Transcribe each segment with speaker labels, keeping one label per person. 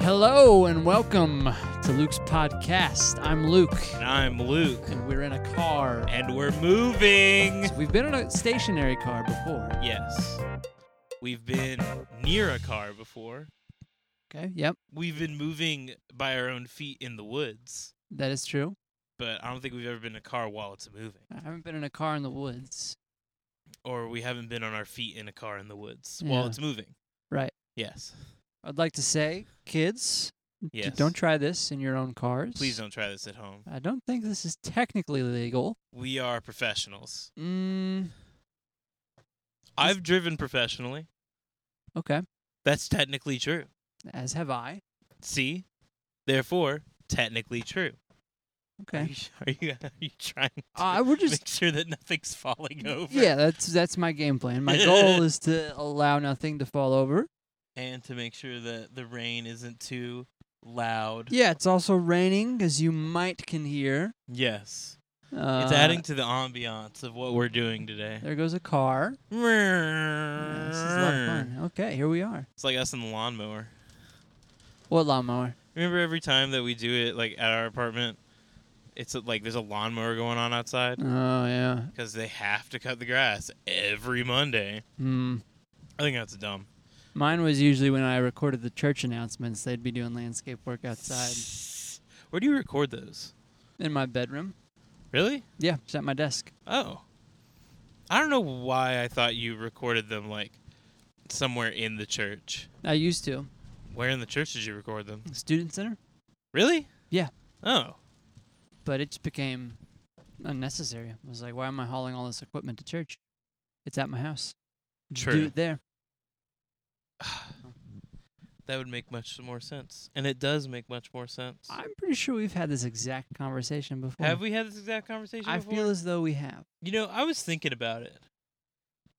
Speaker 1: Hello and welcome to Luke's podcast. I'm Luke,
Speaker 2: And I'm Luke,
Speaker 1: and we're in a car.
Speaker 2: and we're moving.
Speaker 1: We've been in a stationary car before.
Speaker 2: Yes, we've been near a car before.
Speaker 1: Okay. Yep.
Speaker 2: We've been moving by our own feet in the woods,
Speaker 1: That is true.
Speaker 2: but I don't think we've ever been in a car while it's moving,
Speaker 1: I haven't been in a car in the woods.
Speaker 2: or we haven't been on our feet in a car in the woods
Speaker 1: Yeah.
Speaker 2: while it's moving.
Speaker 1: Right.
Speaker 2: Yes.
Speaker 1: I'd like to say, kids, d-
Speaker 2: Yes.
Speaker 1: don't try this in your own cars.
Speaker 2: Please don't try this at home.
Speaker 1: I don't think this is technically legal.
Speaker 2: We are professionals.
Speaker 1: Mm,
Speaker 2: I've driven professionally.
Speaker 1: okay.
Speaker 2: That's technically true.
Speaker 1: As have I.
Speaker 2: See? Therefore, technically true.
Speaker 1: Okay.
Speaker 2: Are
Speaker 1: Uh,
Speaker 2: you, are you, are you trying to
Speaker 1: I would just.
Speaker 2: make sure that nothing's falling over?
Speaker 1: Yeah, that's that's my game plan. My goal is to allow nothing to fall over.
Speaker 2: and to make sure that the rain isn't too loud.
Speaker 1: Yeah, it's also raining, as you might can hear.
Speaker 2: Yes.
Speaker 1: Uh,
Speaker 2: it's adding to the ambiance of what we're doing today.
Speaker 1: There goes a car. Yeah, this is a
Speaker 2: Mm.
Speaker 1: lot of fun. Okay, here we are.
Speaker 2: It's like us and the lawnmower.
Speaker 1: What lawnmower?
Speaker 2: Remember every time that we do it like at our apartment, it's uh, like there's a lawnmower going on outside
Speaker 1: Oh yeah.
Speaker 2: because they have to cut the grass every Monday.
Speaker 1: Hmm.
Speaker 2: I think that's dumb.
Speaker 1: Mine was usually when I recorded the church announcements. They'd be doing landscape work outside
Speaker 2: Where do you record those?
Speaker 1: in my bedroom.
Speaker 2: Really?
Speaker 1: Yeah, just at my desk.
Speaker 2: Oh. I don't know why I thought you recorded them like somewhere in the church.
Speaker 1: I used to
Speaker 2: Where in the church did you record them?
Speaker 1: student center,
Speaker 2: Really?
Speaker 1: Yeah.
Speaker 2: Oh.
Speaker 1: but it just became unnecessary. I was like, why am I hauling all this equipment to church? It's at my house. Just Do
Speaker 2: True.
Speaker 1: it there.
Speaker 2: That would make much more sense. And it does make much more sense.
Speaker 1: I'm pretty sure we've had this exact conversation before.
Speaker 2: Have we had this exact conversation
Speaker 1: I
Speaker 2: before?
Speaker 1: feel as though we have.
Speaker 2: you know, I was thinking about it.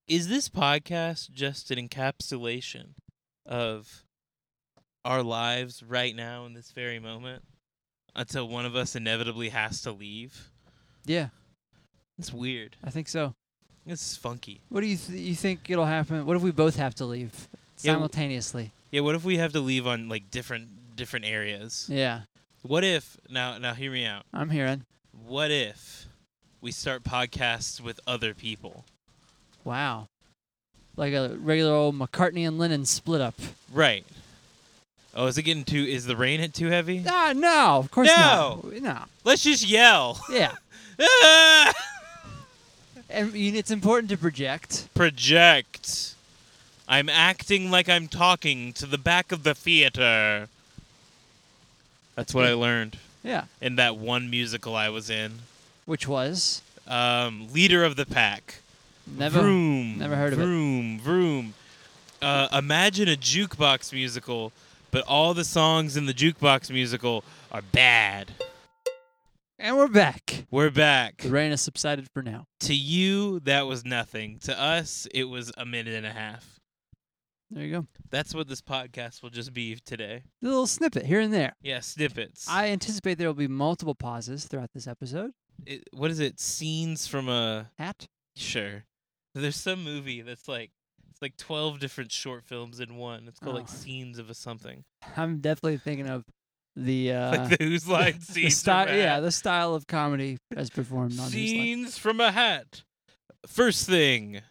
Speaker 2: Is this podcast just an encapsulation of our lives right now in this very moment until one of us inevitably has to leave?
Speaker 1: Yeah,
Speaker 2: It's weird.
Speaker 1: I think so.
Speaker 2: It's funky.
Speaker 1: What do you th- you think it'll happen? What if we both have to leave
Speaker 2: Yeah, w-
Speaker 1: simultaneously?
Speaker 2: Yeah, what if we have to leave on like different different areas?
Speaker 1: Yeah,
Speaker 2: What if now now hear me out.
Speaker 1: I'm hearing.
Speaker 2: What if we start podcasts with other people?
Speaker 1: Wow, like a regular old McCartney and Lennon split up.
Speaker 2: Right. Oh, is it getting too? Is the rain hit too heavy?
Speaker 1: Ah, no, of course
Speaker 2: No.
Speaker 1: not. No,
Speaker 2: Let's just yell.
Speaker 1: yeah,
Speaker 2: Ah!
Speaker 1: and you- it's important to project.
Speaker 2: Project. I'm acting like I'm talking to the back of the theater. That's what I learned
Speaker 1: Yeah,
Speaker 2: in that one musical I was in.
Speaker 1: which was
Speaker 2: Um, Leader of the Pack.
Speaker 1: never.
Speaker 2: Vroom.
Speaker 1: never heard of it.
Speaker 2: vroom, it. Vroom, vroom. Uh, imagine a jukebox musical, but all the songs in the jukebox musical are bad.
Speaker 1: And we're back.
Speaker 2: We're back.
Speaker 1: The rain has subsided for now.
Speaker 2: To you, that was nothing. To us, it was a minute and a half.
Speaker 1: There you go.
Speaker 2: That's what this podcast will just be today.
Speaker 1: A little snippet here and there.
Speaker 2: Yeah, snippets.
Speaker 1: I anticipate there will be multiple pauses throughout this episode.
Speaker 2: It- what is it? Scenes from a
Speaker 1: Hat.
Speaker 2: sure. There's some movie that's like it's like twelve different short films in one. It's called like
Speaker 1: Oh.
Speaker 2: scenes of a something.
Speaker 1: I'm definitely thinking of the uh,
Speaker 2: like the Who's Line
Speaker 1: the
Speaker 2: scenes.
Speaker 1: sty-
Speaker 2: from a
Speaker 1: yeah,
Speaker 2: hat.
Speaker 1: the style of comedy as performed on these. like-
Speaker 2: Scenes from a hat. First thing.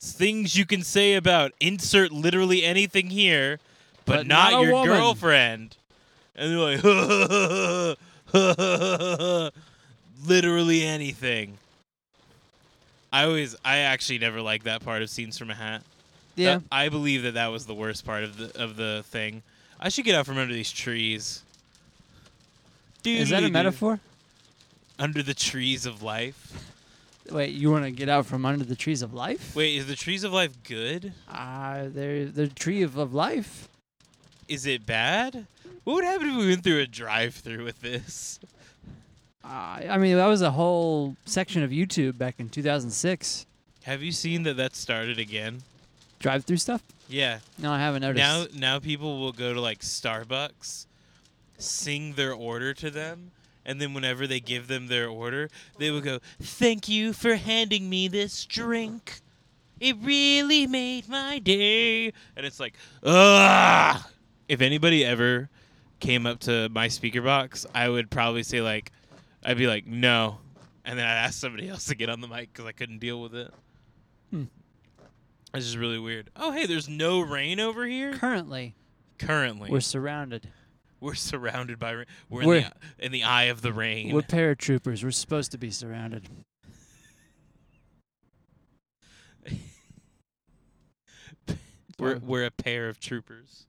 Speaker 2: It's Things you can say about insert literally anything here, but,
Speaker 1: But
Speaker 2: not,
Speaker 1: not a
Speaker 2: your
Speaker 1: woman.
Speaker 2: girlfriend. And they're like literally anything. I always I actually never liked that part of scenes from a hat.
Speaker 1: Yeah,
Speaker 2: That- I believe that that was the worst part of the of the thing. I should get out from under these trees.
Speaker 1: is that a
Speaker 2: Doodly-doo.
Speaker 1: metaphor?
Speaker 2: Under the trees of life.
Speaker 1: Wait, you want to get out from under the trees of life?
Speaker 2: Wait, is the trees of life good?
Speaker 1: Ah, they're the tree of, of life.
Speaker 2: Is it bad? What would happen if we went through a drive-through with this?
Speaker 1: Ah, I mean, that was a whole section of YouTube back in 2006.
Speaker 2: Have you seen that that started again?
Speaker 1: Drive-through stuff?
Speaker 2: Yeah.
Speaker 1: No, I haven't noticed.
Speaker 2: Now now people will go to like Starbucks, sing their order to them, and then whenever they give them their order, they will go, "Thank you for handing me this drink. It really made my day." And it's like, "Ah!" if anybody ever came up to my speaker box, I would probably say like, I'd be like, no, and then I'd ask somebody else to get on the mic because I couldn't deal with it.
Speaker 1: Hmm.
Speaker 2: It's just really weird. Oh hey, there's no rain over here
Speaker 1: Currently,
Speaker 2: currently.
Speaker 1: we're
Speaker 2: We're,
Speaker 1: surrounded.
Speaker 2: surrounded by rain. We're, in,
Speaker 1: We're-
Speaker 2: the, in the eye of the rain.
Speaker 1: We're paratroopers. We're supposed to be surrounded.
Speaker 2: We're,
Speaker 1: So,
Speaker 2: we're a pair of troopers.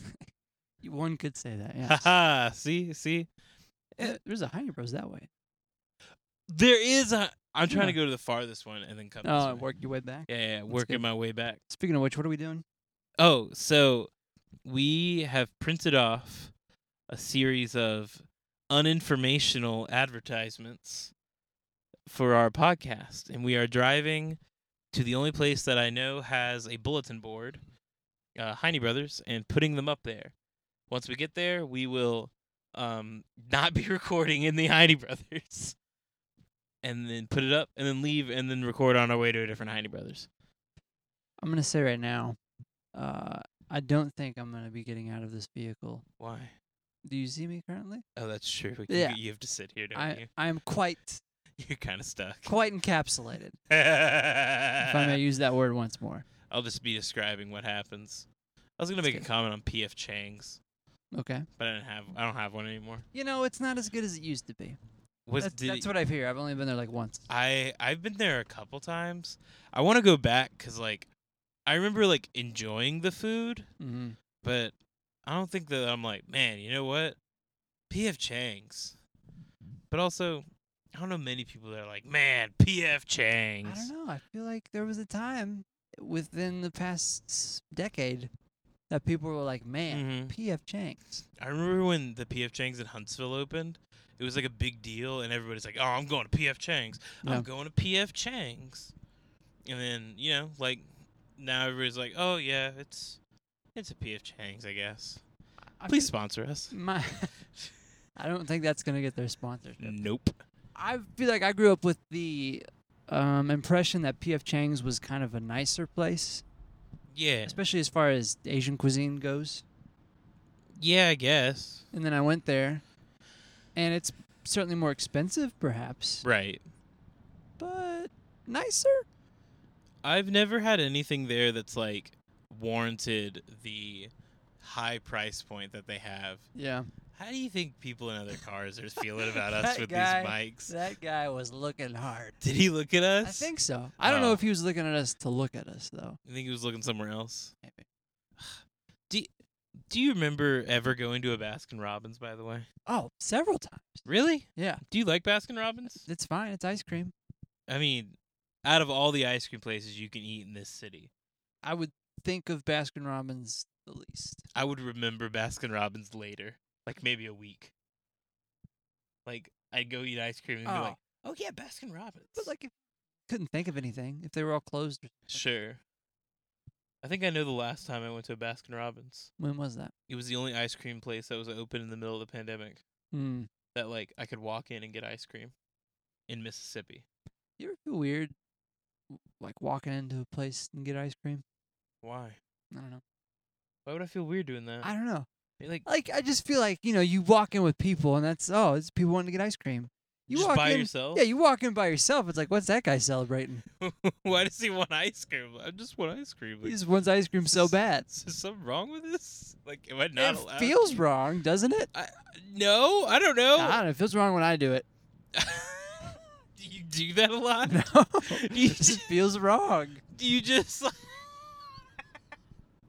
Speaker 1: one could say that.
Speaker 2: Ha
Speaker 1: Yeah.
Speaker 2: ha! See, see,
Speaker 1: There- There's a Heine Bros that way.
Speaker 2: there is a. I'm trying to
Speaker 1: Yeah.
Speaker 2: go to the farthest one and then come. this
Speaker 1: Oh,
Speaker 2: way.
Speaker 1: work your way back.
Speaker 2: Yeah, yeah, yeah, working
Speaker 1: good.
Speaker 2: my way back.
Speaker 1: Speaking of which, what are we doing?
Speaker 2: Oh, so we have printed off a series of uninformational advertisements for our podcast, and we are driving to the only place that I know has a bulletin board, uh, Heine Brothers, and putting them up there. Once we get there, we will um, not be recording in the Heine Brothers, and then put it up, and then leave, and then record on our way to a different Heine Brothers.
Speaker 1: I'm gonna say right now, uh, I don't think I'm gonna be getting out of this vehicle.
Speaker 2: Why?
Speaker 1: Do you see me currently?
Speaker 2: Oh, that's true. You-
Speaker 1: Yeah.
Speaker 2: You have to sit here, don't you?
Speaker 1: I I am quite
Speaker 2: You're kind of stuck.
Speaker 1: quite encapsulated. if I may
Speaker 2: I'll
Speaker 1: use that word once more.
Speaker 2: just be describing what happens. I was gonna make a
Speaker 1: Okay.
Speaker 2: comment on P.F. Chang's,
Speaker 1: Okay.
Speaker 2: but I didn't have. I don't have one anymore.
Speaker 1: You know, it's not as good as it used to be.
Speaker 2: Was
Speaker 1: that's,
Speaker 2: did
Speaker 1: that's what I hear. I've only been there like once.
Speaker 2: I I've been there a couple times. I want to go back because like I remember like enjoying the food,
Speaker 1: Mm-hmm.
Speaker 2: but I don't think that I'm like man. You know what? P.F. Chang's, but also I don't know many people that are like man P.F. Chang's.
Speaker 1: I don't know. I feel like there was a time within the past s- decade that people were like, "Man,
Speaker 2: Mhm.
Speaker 1: P.F. Chang's."
Speaker 2: I remember when the PF Chang's in Huntsville opened, it was like a big deal, and everybody's like, "Oh, I'm going to PF Chang's.
Speaker 1: Yeah.
Speaker 2: I'm going to PF Chang's." And then you know, like now everybody's like, "Oh yeah, it's it's a PF Chang's, I guess."
Speaker 1: I
Speaker 2: Please sponsor us.
Speaker 1: feel- my. I don't think that's gonna get their sponsorship.
Speaker 2: Nope.
Speaker 1: I feel like I grew up with the um, impression that P.F. Chang's was kind of a nicer place,
Speaker 2: Yeah.
Speaker 1: especially as far as Asian cuisine goes.
Speaker 2: Yeah, I guess.
Speaker 1: And then I went there, and it's certainly more expensive, perhaps,
Speaker 2: Right.
Speaker 1: but nicer.
Speaker 2: I've never had anything there that's like warranted the high price point that they have.
Speaker 1: Yeah.
Speaker 2: How do you think people in other cars are feeling about us
Speaker 1: That
Speaker 2: with
Speaker 1: guy-
Speaker 2: these bikes?
Speaker 1: That guy was looking hard.
Speaker 2: Did he look at us?
Speaker 1: I think so. I don't know
Speaker 2: Oh.
Speaker 1: if he was looking at us to look at us though.
Speaker 2: I think he was looking somewhere else.
Speaker 1: Maybe.
Speaker 2: Do you remember ever going to a Baskin Robbins, by the way?
Speaker 1: Oh, several times.
Speaker 2: Really?
Speaker 1: Yeah,
Speaker 2: Do you like Baskin Robbins?
Speaker 1: it's fine. It's ice cream.
Speaker 2: I mean, out of all the ice cream places you can eat in this city,
Speaker 1: I would think of Baskin Robbins the least.
Speaker 2: I would remember Baskin Robbins later, like maybe a week. Like, I'd go eat ice cream and be
Speaker 1: Oh.
Speaker 2: like, oh, yeah, Baskin Robbins.
Speaker 1: But like, if couldn't think of anything if they were all closed. or-
Speaker 2: sure. I think I know the last time I went to a Baskin Robbins.
Speaker 1: When was that?
Speaker 2: It was the only ice cream place that was open in the middle of the pandemic
Speaker 1: Hmm.
Speaker 2: that, like, I could walk in and get ice cream in Mississippi.
Speaker 1: You ever feel weird, w- like walking into a place and get ice cream?
Speaker 2: Why?
Speaker 1: I don't know.
Speaker 2: Why would I feel weird doing that?
Speaker 1: I don't know.
Speaker 2: Be like
Speaker 1: Like I just feel like you know you walk in with people and that's oh it's people wanting to get ice cream. You
Speaker 2: just
Speaker 1: walk
Speaker 2: by
Speaker 1: in,
Speaker 2: yourself.
Speaker 1: yeah. You walk in by yourself. It's like what's that guy celebrating?
Speaker 2: Why does he want ice cream? I just want ice cream.
Speaker 1: He
Speaker 2: Like,
Speaker 1: just wants ice cream so bad.
Speaker 2: is there something wrong with this? Like, am I not
Speaker 1: it
Speaker 2: allowed?
Speaker 1: feels wrong, doesn't it?
Speaker 2: no. I don't
Speaker 1: I
Speaker 2: know.
Speaker 1: don't know, it feels wrong when I do it.
Speaker 2: do you do that a lot?
Speaker 1: No, it
Speaker 2: You
Speaker 1: just feels wrong.
Speaker 2: Do you just?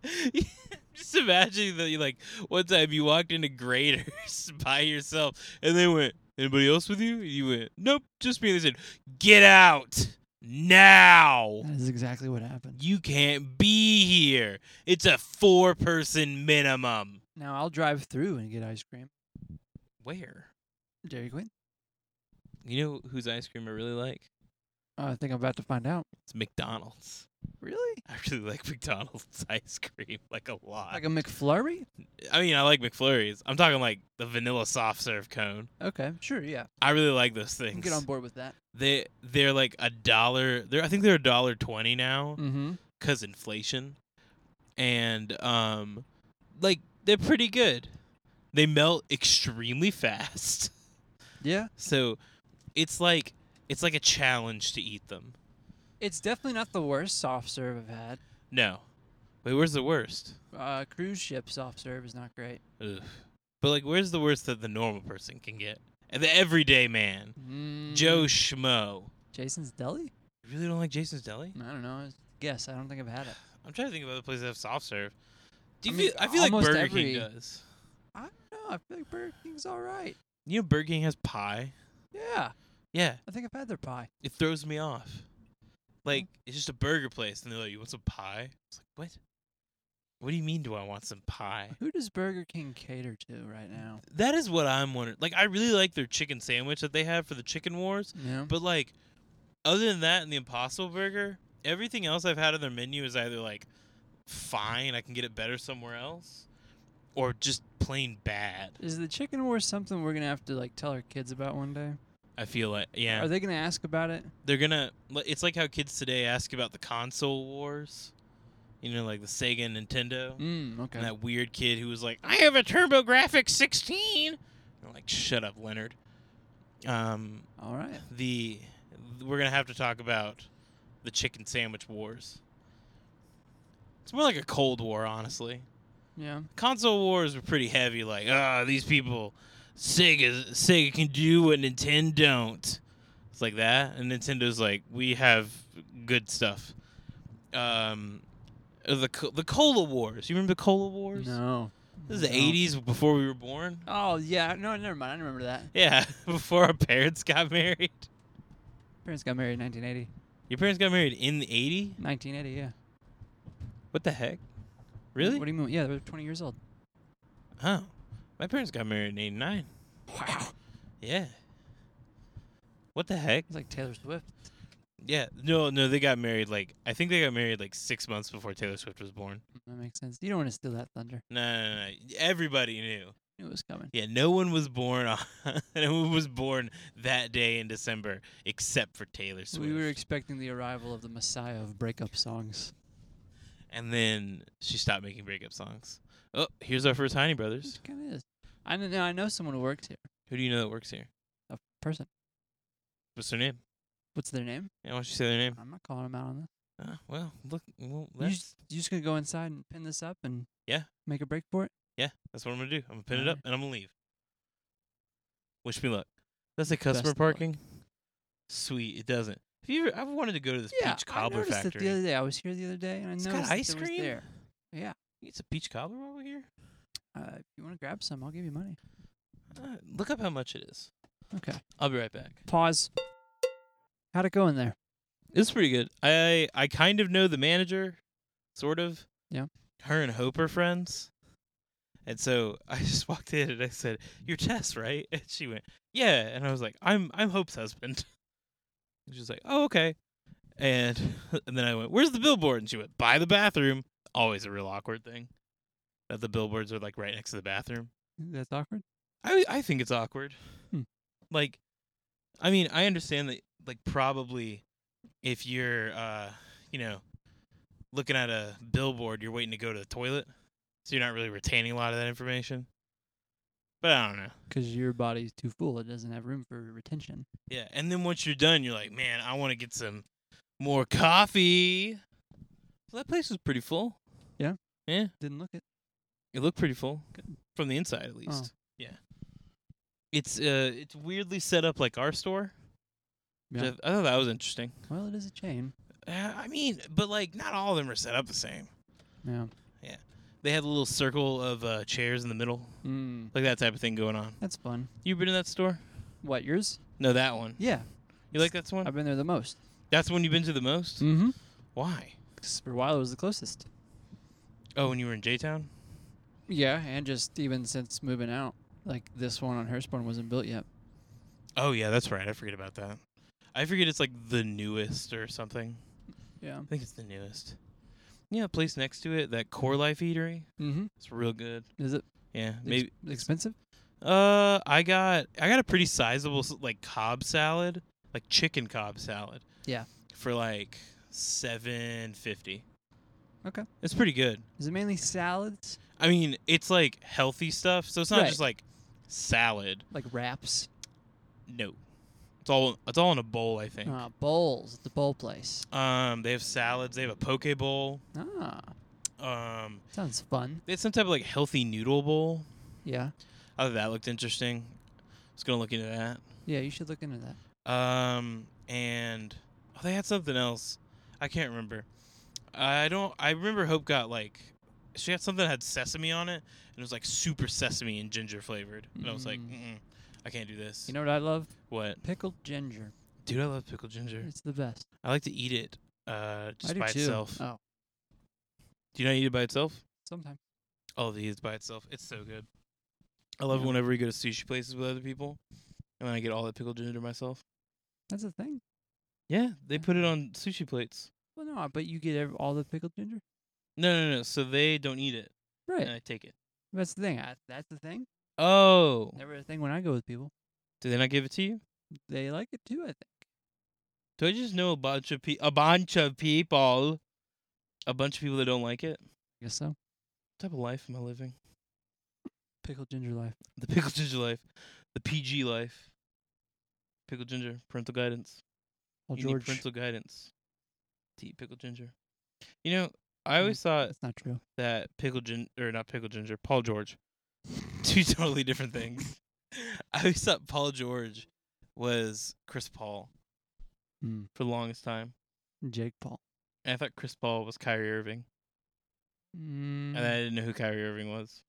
Speaker 2: like- just imagining that you like one time you walked into Graders by yourself, and they went, "Anybody else with you?" You went, "Nope, just me." And they said, "Get out now."
Speaker 1: That is exactly what happened.
Speaker 2: You can't be here. It's a four person minimum.
Speaker 1: Now I'll drive through and get ice cream.
Speaker 2: Where?
Speaker 1: Dairy Queen.
Speaker 2: You know whose ice cream I really like?
Speaker 1: Oh, I think I'm about to find out.
Speaker 2: It's McDonald's.
Speaker 1: Really?
Speaker 2: I really like McDonald's ice cream, like a lot.
Speaker 1: Like a McFlurry?
Speaker 2: I mean, I like McFlurries. I'm talking like the vanilla soft serve cone.
Speaker 1: Okay, sure, yeah.
Speaker 2: I really like those
Speaker 1: I can
Speaker 2: things.
Speaker 1: get on board with that.
Speaker 2: They they're like a dollar. They're I think they're a
Speaker 1: Mm.
Speaker 2: dollar twenty now.
Speaker 1: Mm-hmm.
Speaker 2: because inflation and um like they're pretty good. They melt extremely fast.
Speaker 1: Yeah.
Speaker 2: So it's like it's like a challenge to eat them.
Speaker 1: It's definitely not the worst soft serve I've had.
Speaker 2: No. Wait, where's the worst?
Speaker 1: Uh, cruise ship soft serve is not great.
Speaker 2: Ugh. But like where's the worst that the normal person can get? And The everyday man.
Speaker 1: Mm,
Speaker 2: Joe Schmo.
Speaker 1: Jason's Deli?
Speaker 2: You really don't like Jason's Deli?
Speaker 1: I don't know. Guess I don't think I've had it.
Speaker 2: I'm trying to think of other places that have soft serve. Do you
Speaker 1: I mean,
Speaker 2: feel, I feel like
Speaker 1: almost
Speaker 2: Burger
Speaker 1: every-
Speaker 2: King does.
Speaker 1: I don't know. I feel like Burger King's all right.
Speaker 2: You know Burger King has pie?
Speaker 1: Yeah,
Speaker 2: Yeah.
Speaker 1: I think I've had their pie.
Speaker 2: It throws me off. Like
Speaker 1: Mm.
Speaker 2: it's just a burger place, and they're like, "You want some pie?" It's like, "What? What do you mean? Do I want some pie?"
Speaker 1: Who does Burger King cater to right now?
Speaker 2: That is what I'm wondering. Like, I really like their chicken sandwich that they have for the chicken wars,
Speaker 1: Yeah.
Speaker 2: but like, other than that and the Impossible Burger, everything else I've had on their menu is either like, fine, I can get it better somewhere else, or just plain bad.
Speaker 1: Is the chicken war something we're gonna have to like tell our kids about one day?
Speaker 2: I feel like, yeah,
Speaker 1: Are they gonna ask about it?
Speaker 2: they're gonna. li- It's like how kids today ask about the console wars, you know, like the Sega and Nintendo.
Speaker 1: Mm, okay.
Speaker 2: And that weird kid who was like, I have a TurboGrafx 16. I'm like, shut up, Leonard. Um,
Speaker 1: All right.
Speaker 2: the we're gonna have to talk about the chicken sandwich wars. It's more like a cold war, honestly.
Speaker 1: Yeah.
Speaker 2: Console wars were pretty heavy, like, ah, these people, Sega, Sega can do what Nintendo don't. It's like that, and Nintendo's like, we have good stuff. Um, the co- the cola wars. You remember the cola wars?
Speaker 1: No.
Speaker 2: This is the
Speaker 1: No.
Speaker 2: 80s before we were born.
Speaker 1: Oh yeah. No, never mind. I remember that.
Speaker 2: Yeah, before our parents got married.
Speaker 1: Parents got married in 1980.
Speaker 2: Your parents got married in the 80?
Speaker 1: 1980. Yeah.
Speaker 2: What the heck? Really?
Speaker 1: What do you mean? Yeah, they were 20 years old.
Speaker 2: oh. My parents got married in 89.
Speaker 1: Wow.
Speaker 2: Yeah. What the heck?
Speaker 1: It's like Taylor Swift.
Speaker 2: Yeah. No, no, they got married like I think they got married like 6 months before Taylor Swift was born.
Speaker 1: That makes sense. You don't want to steal that thunder.
Speaker 2: No, no, no. no. Everybody knew.
Speaker 1: Knew it was coming.
Speaker 2: Yeah, no one was born on no one was born that day in December except for Taylor Swift.
Speaker 1: We were expecting the arrival of the Messiah of breakup songs.
Speaker 2: and then she stopped making breakup songs. Oh, here's our first Heine Brothers.
Speaker 1: Which kind of is. I know. I know someone who works here.
Speaker 2: Who do you know that works here?
Speaker 1: A person.
Speaker 2: What's their name?
Speaker 1: What's their name?
Speaker 2: Yeah, why don't you say their name?
Speaker 1: I'm not calling him out on this.
Speaker 2: Uh, well, look, well,
Speaker 1: You
Speaker 2: that's,
Speaker 1: just, you just gonna go inside and pin this up and
Speaker 2: Yeah.
Speaker 1: make a break for it.
Speaker 2: yeah, that's what I'm gonna do. I'm gonna pin it up
Speaker 1: Alright.
Speaker 2: and I'm gonna leave. Wish me luck. Does that say
Speaker 1: Best
Speaker 2: customer
Speaker 1: of luck.
Speaker 2: parking? Sweet, it doesn't. Have you ever? I've wanted to go to this
Speaker 1: yeah,
Speaker 2: peach
Speaker 1: I
Speaker 2: cobbler
Speaker 1: noticed
Speaker 2: factory.
Speaker 1: it the other day. I was here the other day and I
Speaker 2: it's
Speaker 1: noticed
Speaker 2: got
Speaker 1: that
Speaker 2: ice
Speaker 1: it was
Speaker 2: cream.
Speaker 1: there. Yeah.
Speaker 2: it's a peach cobbler over here.
Speaker 1: Uh, if you want to grab some, I'll give you money.
Speaker 2: Uh, look up how much it is.
Speaker 1: Okay.
Speaker 2: I'll be right back.
Speaker 1: Pause. How'd it go in there?
Speaker 2: It's pretty good. I I kind of know the manager, sort of.
Speaker 1: Yeah.
Speaker 2: Her and Hope are friends. And so I just walked in and I said, "You're Tess, right?" And she went, "Yeah." And I was like, "I'm I'm Hope's husband." And she was like, "Oh, okay." And and then I went, "Where's the billboard?" And she went, "By the bathroom." Always a real awkward thing. That the billboards are like right next to the bathroom.
Speaker 1: That's awkward.
Speaker 2: I I think it's awkward.
Speaker 1: Hmm.
Speaker 2: Like, I mean, I understand that. Like, probably, if you're, uh, you know, looking at a billboard, you're waiting to go to the toilet, so you're not really retaining a lot of that information. But I don't know.
Speaker 1: Because your body's too full. It doesn't have room for retention.
Speaker 2: Yeah, and then once you're done, you're like, man, I want to get some more coffee. Well, that place was pretty full.
Speaker 1: Yeah?
Speaker 2: Yeah.
Speaker 1: Didn't look it.
Speaker 2: It looked pretty full from the inside, at least.
Speaker 1: Oh.
Speaker 2: Yeah. It's uh, it's weirdly set up like our store. which
Speaker 1: Yeah.
Speaker 2: I, I thought that was interesting.
Speaker 1: Well, it is a chain.
Speaker 2: Uh, I mean, but like, not all of them are set up the same.
Speaker 1: Yeah.
Speaker 2: They have a little circle of uh, chairs in the middle,
Speaker 1: Mm,
Speaker 2: like that type of thing going on.
Speaker 1: that's fun.
Speaker 2: You been in that store?
Speaker 1: What yours?
Speaker 2: No, that one.
Speaker 1: Yeah,
Speaker 2: You like that one?
Speaker 1: I've been there the most.
Speaker 2: That's the one you've been to the most.
Speaker 1: Mm-hmm.
Speaker 2: Why?
Speaker 1: For a while, it was the closest.
Speaker 2: Oh, when you were in J Town.
Speaker 1: Yeah, and just even since moving out, like this one on Hurstbourne wasn't built yet.
Speaker 2: Oh yeah, that's right. I forget about that. I forget it's like the newest or something.
Speaker 1: Yeah.
Speaker 2: I think it's the newest. Yeah, place next to it, that Core Life Eatery.
Speaker 1: Mm-hmm.
Speaker 2: It's real good.
Speaker 1: Is it
Speaker 2: Yeah,
Speaker 1: ex-
Speaker 2: maybe.
Speaker 1: expensive?
Speaker 2: Uh, I got I got a pretty sizable s- like cob salad, like chicken cob salad.
Speaker 1: Yeah.
Speaker 2: For like seven fifty.
Speaker 1: Okay.
Speaker 2: It's pretty good.
Speaker 1: Is it mainly salads?
Speaker 2: I mean, it's like healthy stuff, so it's not
Speaker 1: Right.
Speaker 2: just like salad.
Speaker 1: Like wraps?
Speaker 2: No. It's all it's all in a bowl, I think.
Speaker 1: Uh, bowls at the bowl place.
Speaker 2: Um, they have salads, they have a poke bowl.
Speaker 1: Ah,
Speaker 2: Um,
Speaker 1: sounds fun.
Speaker 2: they had some type of like healthy noodle bowl.
Speaker 1: Yeah.
Speaker 2: I thought that looked interesting. I was gonna look into that.
Speaker 1: Yeah, you should look into that.
Speaker 2: Um, and oh, they had something else. I can't remember. I don't. I remember Hope got like she had something that had sesame on it, and it was like super sesame and ginger flavored. And I was like,
Speaker 1: Mm.
Speaker 2: Mm-mm, I can't do this.
Speaker 1: You know what I love?
Speaker 2: what,
Speaker 1: Pickled ginger.
Speaker 2: dude? I love pickled ginger.
Speaker 1: It's the best.
Speaker 2: I like to eat it uh, just
Speaker 1: I do
Speaker 2: by
Speaker 1: too.
Speaker 2: itself.
Speaker 1: Oh,
Speaker 2: do you not eat it by itself?
Speaker 1: sometimes.
Speaker 2: Oh, the eat by itself. It's so good. I love
Speaker 1: Yeah.
Speaker 2: whenever we go to sushi places with other people, and then I get all that pickled ginger myself.
Speaker 1: That's the thing.
Speaker 2: Yeah, they put it on sushi plates.
Speaker 1: Well, no, but you get ev- all the pickled ginger.
Speaker 2: No, no, no. So they don't eat it,
Speaker 1: Right.
Speaker 2: and I take it.
Speaker 1: That's the thing. I, that's the thing.
Speaker 2: Oh,
Speaker 1: Never a thing when I go with people.
Speaker 2: do they not give it to you?
Speaker 1: They like it too, I think.
Speaker 2: Do I just know a bunch of pe- a bunch of people, a bunch of people that don't like it? What
Speaker 1: I guess so.
Speaker 2: type of life am I living?
Speaker 1: Pickled ginger life.
Speaker 2: The pickled ginger life, the PG life, pickled ginger, parental guidance.
Speaker 1: Well,
Speaker 2: you need
Speaker 1: Oh, George.
Speaker 2: parental guidance to eat pickled ginger. You know, I
Speaker 1: Mm.
Speaker 2: always thought
Speaker 1: That's not true.
Speaker 2: that pickled ginger, or not pickled ginger, Paul George, two totally different things. I always thought Paul George was Chris Paul
Speaker 1: Mm.
Speaker 2: for the longest time.
Speaker 1: Jake Paul.
Speaker 2: And I thought Chris Paul was Kyrie Irving,
Speaker 1: Mm.
Speaker 2: and I didn't know who Kyrie Irving was.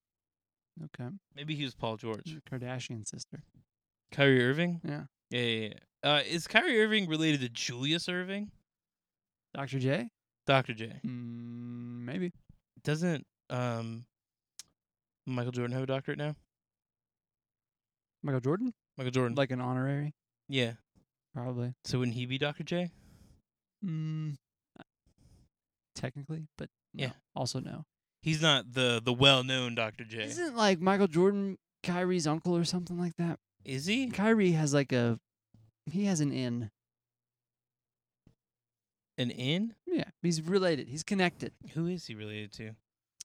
Speaker 1: okay.
Speaker 2: Maybe he was Paul George.
Speaker 1: Kardashian sister.
Speaker 2: Kyrie Irving?
Speaker 1: Mm. Yeah.
Speaker 2: Yeah, yeah, yeah. Uh, is Kyrie Irving related to Julius Irving?
Speaker 1: Dr. J?
Speaker 2: Dr. J.
Speaker 1: Mm, maybe.
Speaker 2: Doesn't um, Michael Jordan have a doctorate now?
Speaker 1: Michael Jordan?
Speaker 2: Michael Jordan.
Speaker 1: Like an honorary?
Speaker 2: yeah.
Speaker 1: Probably.
Speaker 2: So wouldn't he be Dr. J?
Speaker 1: Mm, uh, technically, but
Speaker 2: Yeah.
Speaker 1: no. Also, no.
Speaker 2: He's not the the well known Dr. J.
Speaker 1: Isn't like Michael Jordan Kyrie's uncle or something like that?
Speaker 2: Is he?
Speaker 1: Kyrie has like a. He has an in.
Speaker 2: An in?
Speaker 1: Yeah. He's related. He's connected.
Speaker 2: Who is he related to?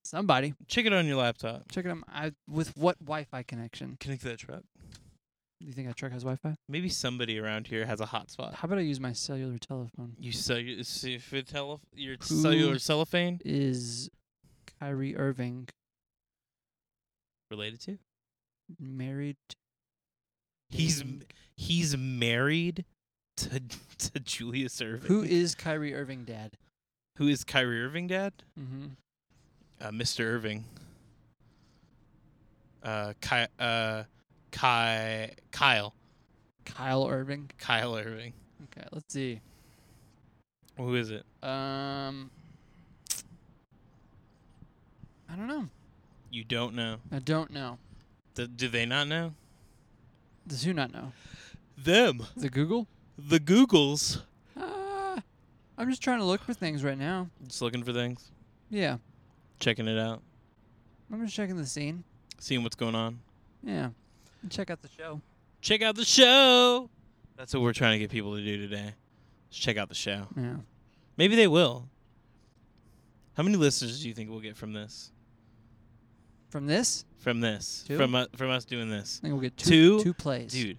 Speaker 1: Somebody.
Speaker 2: Check it on your laptop.
Speaker 1: Check it out. I, with what Wi Fi connection?
Speaker 2: Connect to that truck.
Speaker 1: Do you think I check his Wi Fi?
Speaker 2: Maybe somebody around here has a hotspot.
Speaker 1: Uh, How about I use my cellular telephone?
Speaker 2: You sell your see if it tele- your
Speaker 1: Who-
Speaker 2: cellular cellophane
Speaker 1: Is Kyrie Irving
Speaker 2: related to?
Speaker 1: married? to-
Speaker 2: He's m- he's married to to Julius Irving.
Speaker 1: who is Kyrie Irving dad?
Speaker 2: who is Kyrie Irving dad?
Speaker 1: Mm-hmm.
Speaker 2: Uh, Mr. Irving. Uh, Ky- uh, Ky- Kyle.
Speaker 1: Kyle Irving.
Speaker 2: Kyle Irving.
Speaker 1: Okay, let's see.
Speaker 2: Who is it?
Speaker 1: Um, I don't know.
Speaker 2: You don't know.
Speaker 1: I don't know.
Speaker 2: Th- do they not know?
Speaker 1: Does who not know?
Speaker 2: Them.
Speaker 1: The Google?
Speaker 2: The Googles.
Speaker 1: Uh, I'm just trying to look for things right now.
Speaker 2: Just looking for things,
Speaker 1: Yeah,
Speaker 2: checking it out,
Speaker 1: I'm just checking the scene.
Speaker 2: seeing what's going on.
Speaker 1: Yeah, check out the show.
Speaker 2: Check out the show. That's what we're trying to get people to do today. Just check out the show.
Speaker 1: Yeah,
Speaker 2: Maybe they will. How many listeners do you think we'll get from this?
Speaker 1: from this,
Speaker 2: From this?
Speaker 1: Two?
Speaker 2: From u- from us doing this?
Speaker 1: I think we'll get two
Speaker 2: Two?
Speaker 1: two plays.
Speaker 2: Dude.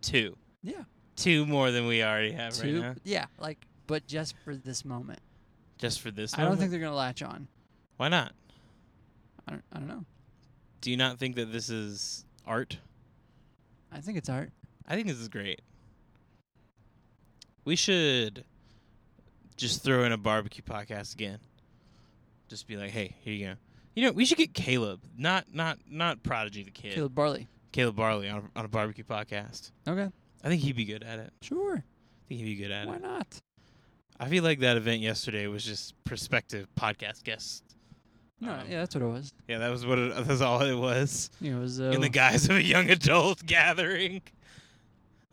Speaker 2: Two.
Speaker 1: Yeah.
Speaker 2: Two more than we already have
Speaker 1: two.
Speaker 2: right now.
Speaker 1: Yeah, like, but just for this moment.
Speaker 2: Just for this
Speaker 1: I don't
Speaker 2: moment?
Speaker 1: think they're gonna latch on.
Speaker 2: Why not?
Speaker 1: I don't. I don't know.
Speaker 2: Do you not think that this is art?
Speaker 1: I think it's art.
Speaker 2: I think this is great. We should just throw in a barbecue podcast again. Just be like, hey, here you go. You know, we should get Caleb, not not not Prodigy the kid, Caleb,
Speaker 1: Caleb Barley.
Speaker 2: Barley on a, on a barbecue podcast.
Speaker 1: Okay.
Speaker 2: I think he'd be good at it.
Speaker 1: Sure.
Speaker 2: I think he'd be good at
Speaker 1: Why
Speaker 2: it.
Speaker 1: not?
Speaker 2: I feel like that event yesterday was just prospective podcast guests.
Speaker 1: No.
Speaker 2: Um,
Speaker 1: yeah, that's what it was.
Speaker 2: Yeah, that was what it, that's all it was
Speaker 1: You know, it was uh,
Speaker 2: in the guise of a young adult gathering.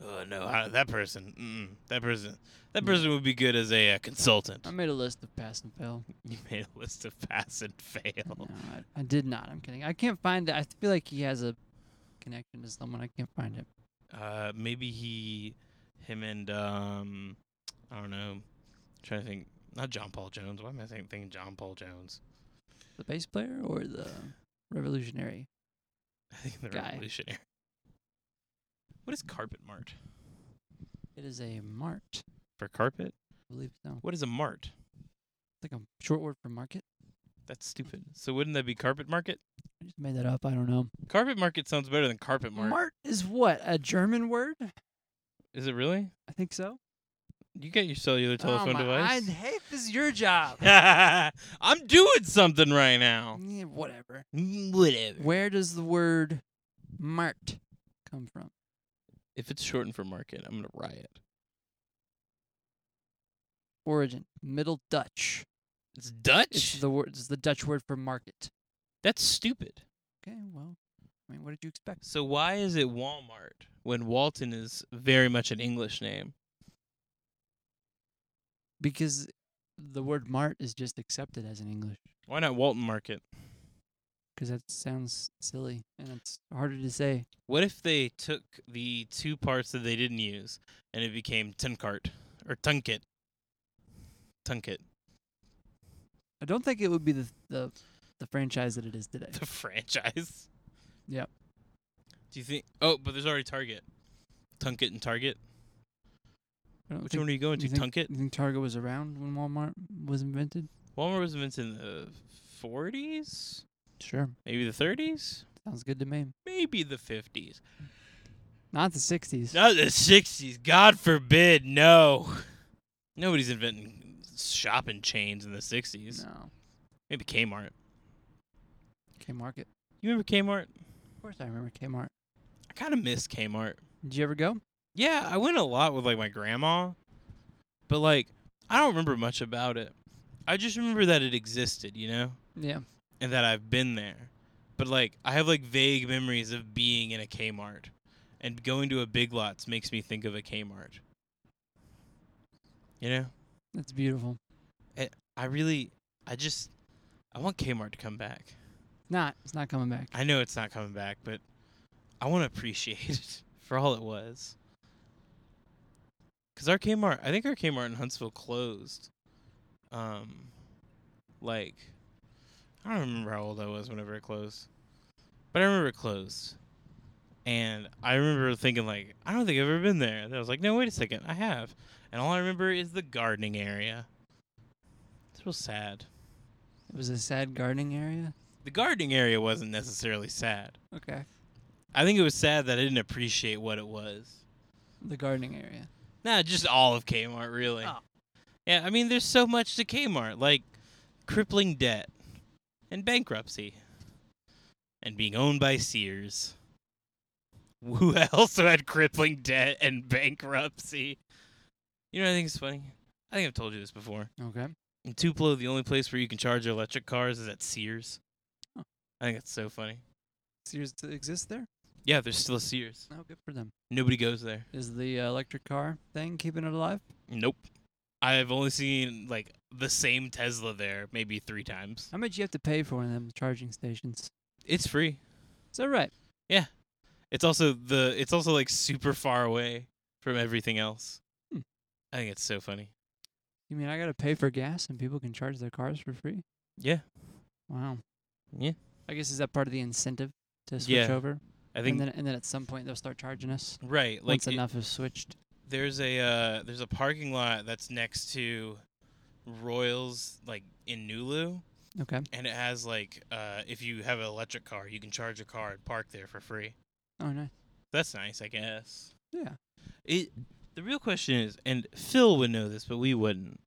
Speaker 2: Oh no, I, that person, mm, that person, that
Speaker 1: Yeah.
Speaker 2: person would be good as a uh, consultant.
Speaker 1: I made a list of pass and fail.
Speaker 2: You made a list of pass and
Speaker 1: No,
Speaker 2: fail.
Speaker 1: I, I did not. I'm kidding. I can't find it. I feel like he has a connection to someone. I can't find it.
Speaker 2: Uh, maybe he, him and um, I don't know. trying to think. Not John Paul Jones. Why am I saying- thinking John Paul Jones?
Speaker 1: The bass player or the revolutionary?
Speaker 2: I think the
Speaker 1: Guy.
Speaker 2: Revolutionary. What is carpet mart?
Speaker 1: It is a mart.
Speaker 2: For carpet?
Speaker 1: I believe so.
Speaker 2: What is a mart?
Speaker 1: It's like a short word for market.
Speaker 2: That's stupid. So wouldn't that be carpet market?
Speaker 1: I just made that up. I don't know.
Speaker 2: Carpet market sounds better than carpet mart.
Speaker 1: Mart is what? A German word?
Speaker 2: Is it really?
Speaker 1: I think so.
Speaker 2: You got your cellular
Speaker 1: oh
Speaker 2: telephone
Speaker 1: my,
Speaker 2: device.
Speaker 1: I, hey, this is your job.
Speaker 2: I'm doing something right now.
Speaker 1: Yeah, whatever.
Speaker 2: Whatever.
Speaker 1: Where does the word mart come from?
Speaker 2: If it's shortened for market, I'm gonna riot.
Speaker 1: Origin. Middle Dutch.
Speaker 2: It's
Speaker 1: It's
Speaker 2: Dutch.
Speaker 1: the word. It's the Dutch word for market.
Speaker 2: That's stupid.
Speaker 1: Okay, well, I mean, what did you expect?
Speaker 2: So why is it Walmart when Walton is very much an English name?
Speaker 1: Because the word mart is just accepted as an English.
Speaker 2: Why not Walton Market?
Speaker 1: Because that sounds silly and it's harder to say.
Speaker 2: What if they took the two parts that they didn't use and it became Tunkart or Tunkit? Tunkit.
Speaker 1: I don't think it would be the the, the franchise that it is today.
Speaker 2: The franchise.
Speaker 1: Yep.
Speaker 2: Do you think Oh, but there's already Target. Tunkit and Target.
Speaker 1: I don't
Speaker 2: Which
Speaker 1: think-
Speaker 2: one are you going to?
Speaker 1: you think,
Speaker 2: Tunkit?
Speaker 1: You think Target was around when Walmart was invented?
Speaker 2: Walmart was invented in the 40s,
Speaker 1: Sure,
Speaker 2: maybe the 30s,
Speaker 1: sounds good to me.
Speaker 2: maybe the 50s.
Speaker 1: Not the '60s.
Speaker 2: Not the 60s. God forbid, no. Nobody's inventing shopping chains in the 60s.
Speaker 1: No,
Speaker 2: Maybe Kmart.
Speaker 1: Kmart. It.
Speaker 2: You remember Kmart?
Speaker 1: Of course, I remember Kmart.
Speaker 2: I kind of miss Kmart.
Speaker 1: Did you ever go?
Speaker 2: Yeah, I went a lot with like my grandma, but like I don't remember much about it. I just remember that it existed, you know,
Speaker 1: Yeah,
Speaker 2: and that I've been there. But like I have like vague memories of being in a Kmart, and going to a Big Lots makes me think of a Kmart. You know,
Speaker 1: that's beautiful.
Speaker 2: I really, I just, I want Kmart to come back.
Speaker 1: Not. It's not coming back.
Speaker 2: I know it's not coming back, but I want to appreciate it for all it was. Cause our Kmart, I think our Kmart in Huntsville closed. Um, like, I don't remember how old I was whenever it closed, but I remember it closed, and I remember thinking like, I don't think I've ever been there. And I was like, no, wait a second, I have, and all I remember is the gardening area. It's real sad.
Speaker 1: It was a sad gardening area.
Speaker 2: The gardening area wasn't necessarily sad.
Speaker 1: Okay,
Speaker 2: I think it was sad that I didn't appreciate what it was.
Speaker 1: the gardening area.
Speaker 2: Nah, just all of Kmart, really.
Speaker 1: Oh.
Speaker 2: Yeah, I mean, there's so much to Kmart, like crippling debt and bankruptcy and being owned by Sears, who also had crippling debt and bankruptcy. You know what I think is funny? I think I've told you this before.
Speaker 1: Okay.
Speaker 2: In Tupelo, the only place where you can charge your electric cars is at Sears.
Speaker 1: Huh.
Speaker 2: I think that's so funny.
Speaker 1: Sears t- exists there.
Speaker 2: Yeah, there's still a Sears.
Speaker 1: Oh, good for them.
Speaker 2: Nobody goes there.
Speaker 1: Is the uh, electric car thing keeping it alive?
Speaker 2: Nope. I've only seen like the same Tesla there maybe three times.
Speaker 1: How much you have to pay for one of them charging stations?
Speaker 2: It's free.
Speaker 1: Is that right?
Speaker 2: It's also the it's also like super far away from everything else.
Speaker 1: Hmm.
Speaker 2: I think it's so funny.
Speaker 1: You mean I gotta pay for gas and people can charge their cars for free?
Speaker 2: Yeah.
Speaker 1: Wow.
Speaker 2: Yeah.
Speaker 1: I guess is that part of the incentive to switch
Speaker 2: Yeah,
Speaker 1: over?
Speaker 2: I
Speaker 1: and
Speaker 2: think
Speaker 1: then and then at some point they'll start charging us
Speaker 2: right. Like
Speaker 1: once
Speaker 2: it-
Speaker 1: enough is switched.
Speaker 2: there's a uh, there's a parking lot that's next to Royals like in Nulu
Speaker 1: Okay.
Speaker 2: and it has like uh if you have an electric car, you can charge your car and park there for free.
Speaker 1: Oh nice.
Speaker 2: That's nice, I guess.
Speaker 1: Yeah.
Speaker 2: It the real question is, and Phil would know this, but we wouldn't.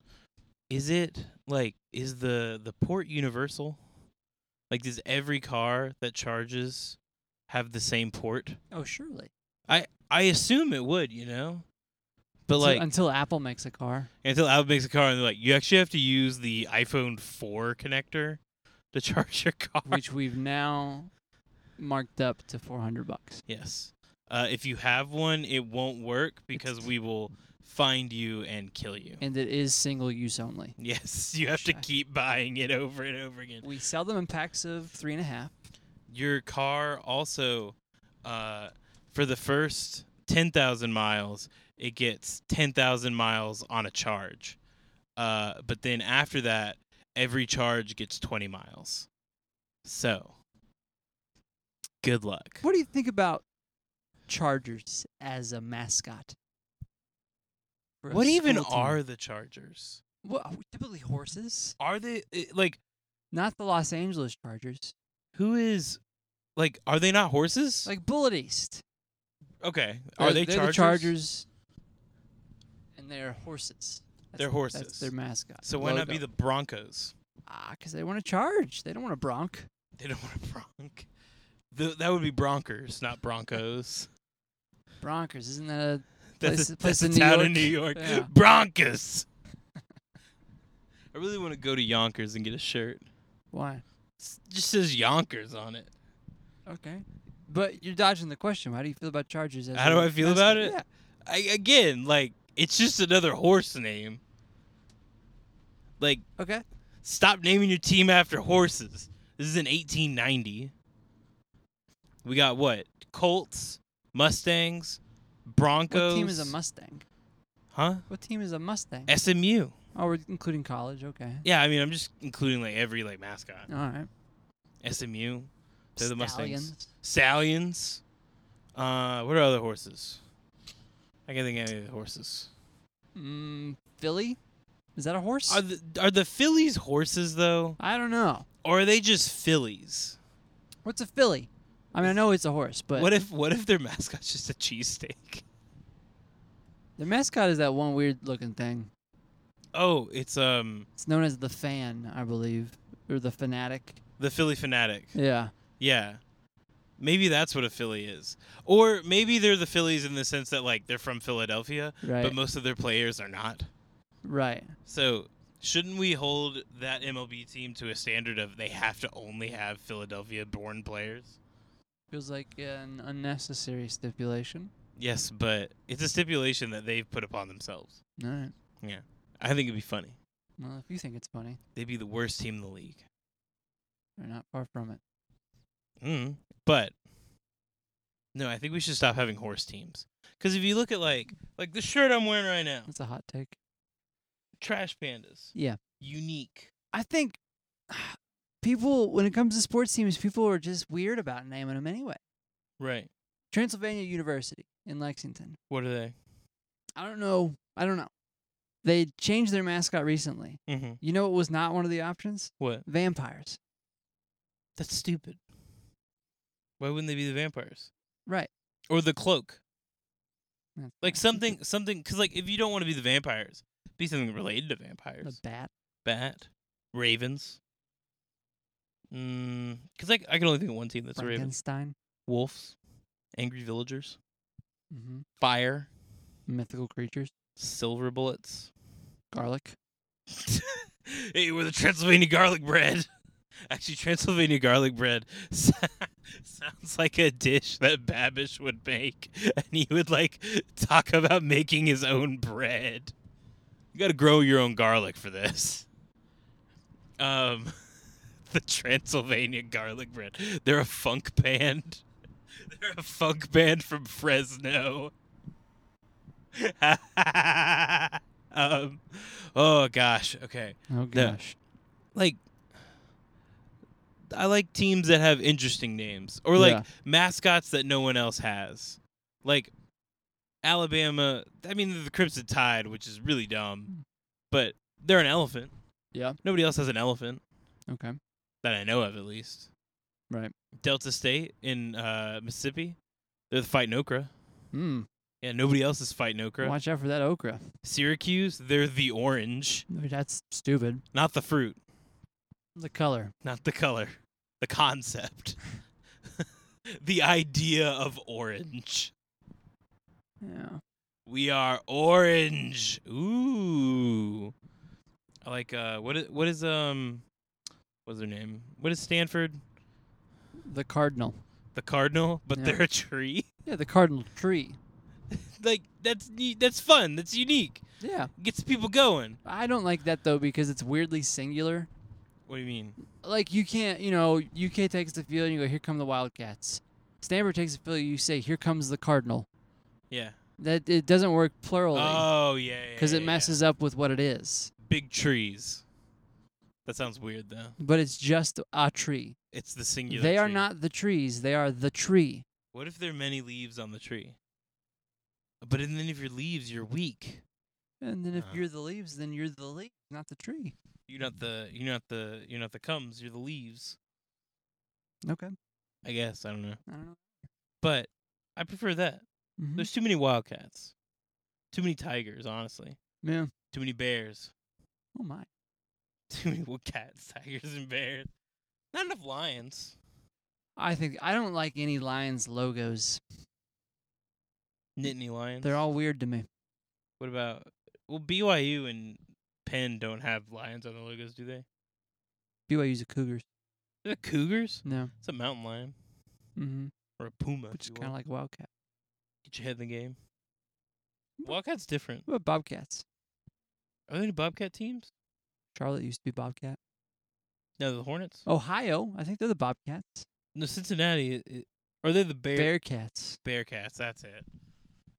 Speaker 2: Is it like is the the port universal? Like does every car that charges have the same port?
Speaker 1: Oh surely.
Speaker 2: I assume it would, you know. But
Speaker 1: So
Speaker 2: like
Speaker 1: until Apple makes a car.
Speaker 2: until Apple makes a car and they're like, you actually have to use the iPhone four connector to charge your car.
Speaker 1: which we've now marked up to four hundred bucks.
Speaker 2: yes. Uh, if you have one, it won't work because we will find you and kill you.
Speaker 1: And it is single use only.
Speaker 2: Yes, you have to
Speaker 1: Shy.
Speaker 2: keep buying it over and over again.
Speaker 1: We sell them in packs of three and a half.
Speaker 2: Your car also, uh, for the first 10,000 miles, it gets 10,000 miles on a charge. Uh, but then after that, every charge gets 20 miles. So, good luck.
Speaker 1: What do you think about Chargers as a mascot? for a
Speaker 2: What even
Speaker 1: school team?
Speaker 2: are the Chargers?
Speaker 1: What, are we typically horses?
Speaker 2: Are they eh, like
Speaker 1: Not the Los Angeles Chargers,
Speaker 2: who is like are they not horses?
Speaker 1: like Bullet East.
Speaker 2: okay, are they
Speaker 1: They're- they're the
Speaker 2: Chargers?
Speaker 1: Chargers? And they're horses. That's-
Speaker 2: They're
Speaker 1: That's their
Speaker 2: horses.
Speaker 1: mascot.
Speaker 2: So why not be
Speaker 1: logo.
Speaker 2: the Broncos?
Speaker 1: ah? Because they want to charge. They don't want to bronc.
Speaker 2: They don't want to bronc. Th that would be Bronkers, not Broncos.
Speaker 1: Broncos, isn't that a
Speaker 2: That's
Speaker 1: Place-
Speaker 2: a,
Speaker 1: place
Speaker 2: that's a
Speaker 1: in New
Speaker 2: town
Speaker 1: York.
Speaker 2: in New York.
Speaker 1: Yeah.
Speaker 2: Broncos. I really want to go to Yonkers and get a shirt.
Speaker 1: why?
Speaker 2: S- just says Yonkers on it.
Speaker 1: Okay, but you're dodging the question. How do you feel about Chargers? As
Speaker 2: How
Speaker 1: a
Speaker 2: do I feel about
Speaker 1: mascot?
Speaker 2: it? I, again, like it's just another horse name. Like
Speaker 1: Yeah. Okay.
Speaker 2: Stop naming your team after horses. This is in 1890. We got what? Colts, Mustangs, Broncos.
Speaker 1: What team is a Mustang?
Speaker 2: Huh?
Speaker 1: What team is a Mustang?
Speaker 2: Eh. SMU.
Speaker 1: Oh, we're including college. Okay.
Speaker 2: Yeah, I mean, I'm just including like every like mascot.
Speaker 1: All right.
Speaker 2: SMU. They're the Mustangs.
Speaker 1: Stallions.
Speaker 2: Stallions. Uh, what are other horses? I can't think of any of the horses.
Speaker 1: Mm, Philly? Is that a horse?
Speaker 2: Are the are the Phillies horses though,
Speaker 1: I don't know.
Speaker 2: or are they just Phillies?
Speaker 1: What's a Philly? I mean, I know it's a horse, but
Speaker 2: What if what if their mascot's just a cheesesteak?
Speaker 1: the mascot is that one weird looking thing.
Speaker 2: Oh, it's um
Speaker 1: It's known as the fan, I believe, or the fanatic.
Speaker 2: the Philly fanatic.
Speaker 1: Yeah.
Speaker 2: Yeah. Maybe that's what a Philly is. Or maybe they're the Phillies in the sense that like they're from Philadelphia,
Speaker 1: Right.
Speaker 2: but most of their players are not.
Speaker 1: right.
Speaker 2: So, shouldn't we hold that MLB team to a standard of they have to only have Philadelphia born players?
Speaker 1: Feels like an unnecessary stipulation.
Speaker 2: Yes, but it's a stipulation that they've put upon themselves.
Speaker 1: All right.
Speaker 2: I think it'd be funny.
Speaker 1: Well, if you think it's funny,
Speaker 2: They'd be the worst team in the league.
Speaker 1: we're not far from it.
Speaker 2: Mm, but no, I think we should stop having horse teams. Because if you look at like like the shirt I'm wearing right now,
Speaker 1: That's a hot take.
Speaker 2: Trash Pandas.
Speaker 1: Yeah.
Speaker 2: Unique.
Speaker 1: I think people, when it comes to sports teams, people are just weird about naming them anyway.
Speaker 2: Right.
Speaker 1: Transylvania University in Lexington.
Speaker 2: What are they?
Speaker 1: I don't know. I don't know. They changed their mascot recently.
Speaker 2: Mm-hmm.
Speaker 1: You know what was not one of the options?
Speaker 2: What?
Speaker 1: Vampires.
Speaker 2: That's stupid. Why wouldn't they be the vampires?
Speaker 1: Right.
Speaker 2: Or the cloak?
Speaker 1: That's
Speaker 2: Like
Speaker 1: not
Speaker 2: something, something. Because like if you don't want to be the vampires, be something related to
Speaker 1: stupid.
Speaker 2: vampires.
Speaker 1: A bat.
Speaker 2: Bat. Ravens. Mm. Because like I can only think of one team that's a raven.
Speaker 1: Frankenstein.
Speaker 2: Wolves. Angry villagers.
Speaker 1: hmm
Speaker 2: Fire.
Speaker 1: Mythical creatures.
Speaker 2: Silver bullets.
Speaker 1: Garlic.
Speaker 2: hey, we're the Transylvania garlic bread. Actually, Transylvania garlic bread s- sounds like a dish that Babish would make, and he would like talk about making his own bread. You got to grow your own garlic for this. Um, the Transylvania garlic bread. They're a funk band. They're a funk band from Fresno. um, oh gosh. Okay
Speaker 1: Oh gosh.
Speaker 2: like I like teams that have interesting names or like
Speaker 1: Yeah.
Speaker 2: mascots that no one else has. Like Alabama, I mean the Crimson Tide, which is really dumb, but they're an elephant.
Speaker 1: Mm. Yeah.
Speaker 2: Nobody else has an elephant
Speaker 1: Okay.
Speaker 2: that I know of at least.
Speaker 1: Right.
Speaker 2: Delta State in uh, Mississippi, they're the fighting okra.
Speaker 1: Mm.
Speaker 2: Yeah, nobody else is fighting okra.
Speaker 1: Watch out for that okra.
Speaker 2: Syracuse, they're the orange,
Speaker 1: Dude, That's stupid.
Speaker 2: not the fruit.
Speaker 1: The color.
Speaker 2: not the color, the concept, the idea of orange.
Speaker 1: Yeah.
Speaker 2: We are orange. Ooh, I like uh, what is what is um, what's their name? What is Stanford?
Speaker 1: The cardinal.
Speaker 2: The cardinal, but
Speaker 1: Yeah.
Speaker 2: they're a tree.
Speaker 1: Yeah, the cardinal tree.
Speaker 2: like that's ne- that's fun. That's unique.
Speaker 1: Yeah.
Speaker 2: Gets people going.
Speaker 1: I don't like that though because it's weirdly singular.
Speaker 2: What do you mean?
Speaker 1: Like you can't, you know, UK takes the field and you go, "Here come the Wildcats." Stanford takes the field, you say, "Here comes the cardinal."
Speaker 2: Yeah.
Speaker 1: That it doesn't work plurally
Speaker 2: Oh yeah.
Speaker 1: because
Speaker 2: yeah,
Speaker 1: it
Speaker 2: yeah,
Speaker 1: messes up with what it is.
Speaker 2: yeah. big trees. That sounds weird though.
Speaker 1: But it's just a tree.
Speaker 2: It's the singular.
Speaker 1: they are
Speaker 2: tree.
Speaker 1: not the trees. They are the tree.
Speaker 2: What if there are many leaves on the tree? But and then if your leaves, you're weak.
Speaker 1: And then if
Speaker 2: Uh.
Speaker 1: you're the leaves, then you're the leaf, not the tree.
Speaker 2: You're not the you're not the you're not the comes. You're the leaves.
Speaker 1: Okay.
Speaker 2: I guess I don't know,
Speaker 1: I don't know.
Speaker 2: but I prefer that.
Speaker 1: Mhm.
Speaker 2: There's too many wildcats, too many tigers. Honestly,
Speaker 1: Yeah.
Speaker 2: too many bears,
Speaker 1: Oh my.
Speaker 2: too many well, cats, tigers, and bears. Not enough lions.
Speaker 1: I think I don't like any lions logos.
Speaker 2: Nittany lions.
Speaker 1: They're all weird to me.
Speaker 2: What about well BYU and Penn don't have lions on their logos, do they?
Speaker 1: BYU's a cougars.
Speaker 2: They're cougars.
Speaker 1: No.
Speaker 2: It's a mountain lion
Speaker 1: Mm-hmm.
Speaker 2: or a puma.
Speaker 1: Which
Speaker 2: if
Speaker 1: is
Speaker 2: you
Speaker 1: kind of
Speaker 2: will.
Speaker 1: like wildcat.
Speaker 2: get your head in the game. Wildcat's different.
Speaker 1: What about bobcats?
Speaker 2: Are there any Bobcat teams?
Speaker 1: Charlotte used to be bobcat.
Speaker 2: No, the Hornets.
Speaker 1: Ohio, I think they're the bobcats.
Speaker 2: No, Cincinnati. i- i- Are they the bear?
Speaker 1: Bearcats.
Speaker 2: Bearcats. That's it.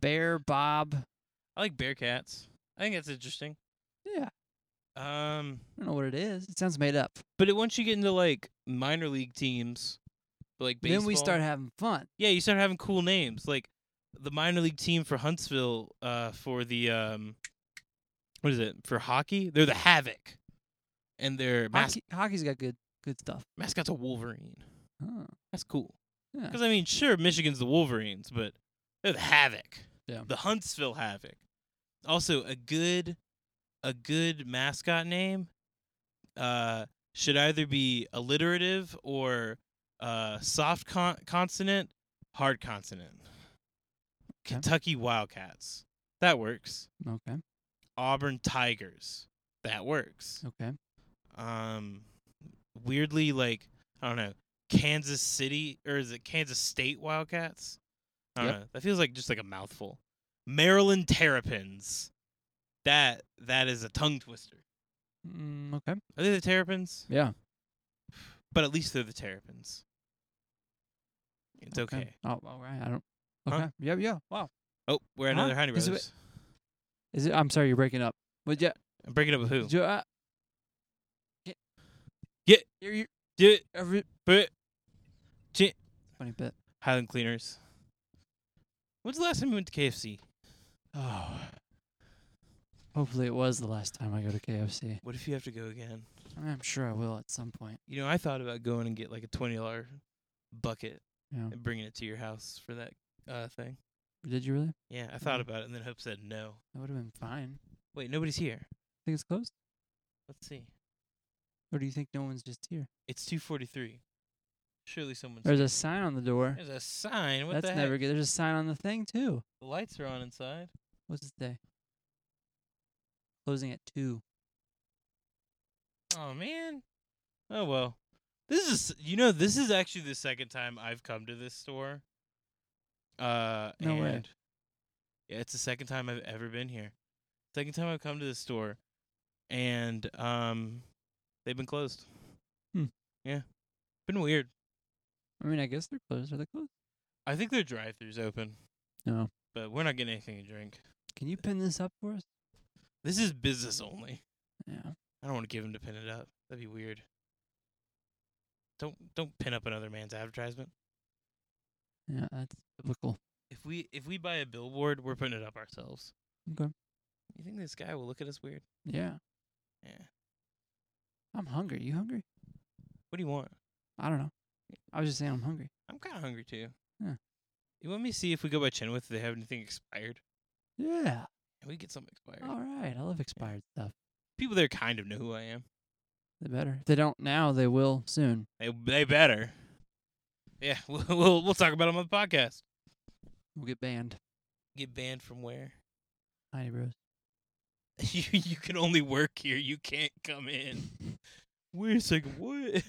Speaker 1: Bear Bob.
Speaker 2: I like Bearcats. I think that's interesting.
Speaker 1: Yeah.
Speaker 2: Um,
Speaker 1: I don't know what it is. It sounds made up.
Speaker 2: but it, once you get into like minor league teams, like baseball,
Speaker 1: Then we start having fun.
Speaker 2: Yeah, you start having cool names like the minor league team for Huntsville. Uh, for the um, what is it for hockey? They're the Havoc, and their mas-
Speaker 1: Hockey, hockey's got good good stuff.
Speaker 2: mascot's a Wolverine.
Speaker 1: Oh,
Speaker 2: That's cool.
Speaker 1: yeah.
Speaker 2: Because I mean, sure, Michigan's the Wolverines, but they're the Havoc,
Speaker 1: Yeah.
Speaker 2: the Huntsville Havoc. Also, a good, a good mascot name uh, should either be alliterative or uh, soft con- consonant, hard consonant.
Speaker 1: Okay.
Speaker 2: Kentucky Wildcats, that works.
Speaker 1: Okay.
Speaker 2: Auburn Tigers, that works.
Speaker 1: Okay.
Speaker 2: Um, weirdly, like I don't know, Kansas City or is it Kansas State Wildcats? I don't
Speaker 1: Yep.
Speaker 2: know. That feels like just like a mouthful. Maryland Terrapins. That that is a tongue twister.
Speaker 1: Mm, okay.
Speaker 2: Are they the Terrapins?
Speaker 1: Yeah.
Speaker 2: But at least they're the Terrapins. It's okay.
Speaker 1: Oh, all right. I don't.
Speaker 2: Huh?
Speaker 1: Okay. Yeah. Yeah. Wow.
Speaker 2: Oh, we're
Speaker 1: Huh?
Speaker 2: another Honey
Speaker 1: Is it-
Speaker 2: Brothers.
Speaker 1: Is it? I'm sorry. You're breaking up. Would you?
Speaker 2: I'm breaking up with who?
Speaker 1: Do, uh, get,
Speaker 2: Get-
Speaker 1: You're, you're,
Speaker 2: Ju-
Speaker 1: every,
Speaker 2: but-
Speaker 1: funny bit.
Speaker 2: Highland Cleaners. When's the last time you went to KFC?
Speaker 1: Oh. Hopefully it was the last time I go to KFC.
Speaker 2: What if you have to go again?
Speaker 1: I'm sure I will at some point.
Speaker 2: You know, I thought about going and get like a twenty dollar bucket
Speaker 1: Yeah.
Speaker 2: and bringing it to your house for that uh, thing.
Speaker 1: Did you really?
Speaker 2: Yeah, I thought
Speaker 1: Mhm.
Speaker 2: about it, and then Hope said no.
Speaker 1: That would have been fine.
Speaker 2: Wait, nobody's here.
Speaker 1: Think it's closed?
Speaker 2: Let's see.
Speaker 1: Or do you think no one's just here?
Speaker 2: It's two forty three. Surely someone's.
Speaker 1: There's a sign on the door.
Speaker 2: There's a sign. What
Speaker 1: That's
Speaker 2: the heck?
Speaker 1: never good. There's a sign on the thing too.
Speaker 2: The lights are on inside.
Speaker 1: What's the day? Closing at two.
Speaker 2: Oh man. Oh well. This is you know this is actually the second time I've come to this store. Uh
Speaker 1: No way.
Speaker 2: and Yeah, it's the second time I've ever been here. Second time I've come to this store and um they've been closed.
Speaker 1: Hmm.
Speaker 2: Yeah. Been weird.
Speaker 1: I mean, I guess they're closed. Are they closed?
Speaker 2: I think their drive-throughs open.
Speaker 1: No.
Speaker 2: But we're not getting anything to drink.
Speaker 1: Can you pin this up for us?
Speaker 2: This is business only.
Speaker 1: Yeah.
Speaker 2: I don't want to give him to pin it up. That'd be weird. Don't don't pin up another man's advertisement.
Speaker 1: Yeah, that's biblical.
Speaker 2: If we if we buy a billboard, we're putting it up ourselves.
Speaker 1: Okay.
Speaker 2: You think this guy will look at us weird?
Speaker 1: Yeah.
Speaker 2: Yeah.
Speaker 1: I'm hungry. You hungry?
Speaker 2: What do you want?
Speaker 1: I don't know. I was just saying I'm hungry.
Speaker 2: I'm kind of hungry too.
Speaker 1: Yeah.
Speaker 2: You want me to see if we go by Chenwith? if They have anything expired?
Speaker 1: Yeah.
Speaker 2: Can we get something expired?
Speaker 1: All right. I love expired stuff.
Speaker 2: People there kind of know who I am.
Speaker 1: They better. If they don't now, they will soon.
Speaker 2: They they better. Yeah, we'll we'll, we'll talk about them on the podcast.
Speaker 1: We'll get banned.
Speaker 2: Get banned from where?
Speaker 1: Hi, bros.
Speaker 2: you you can only work here. You can't come in. Wait a second. What?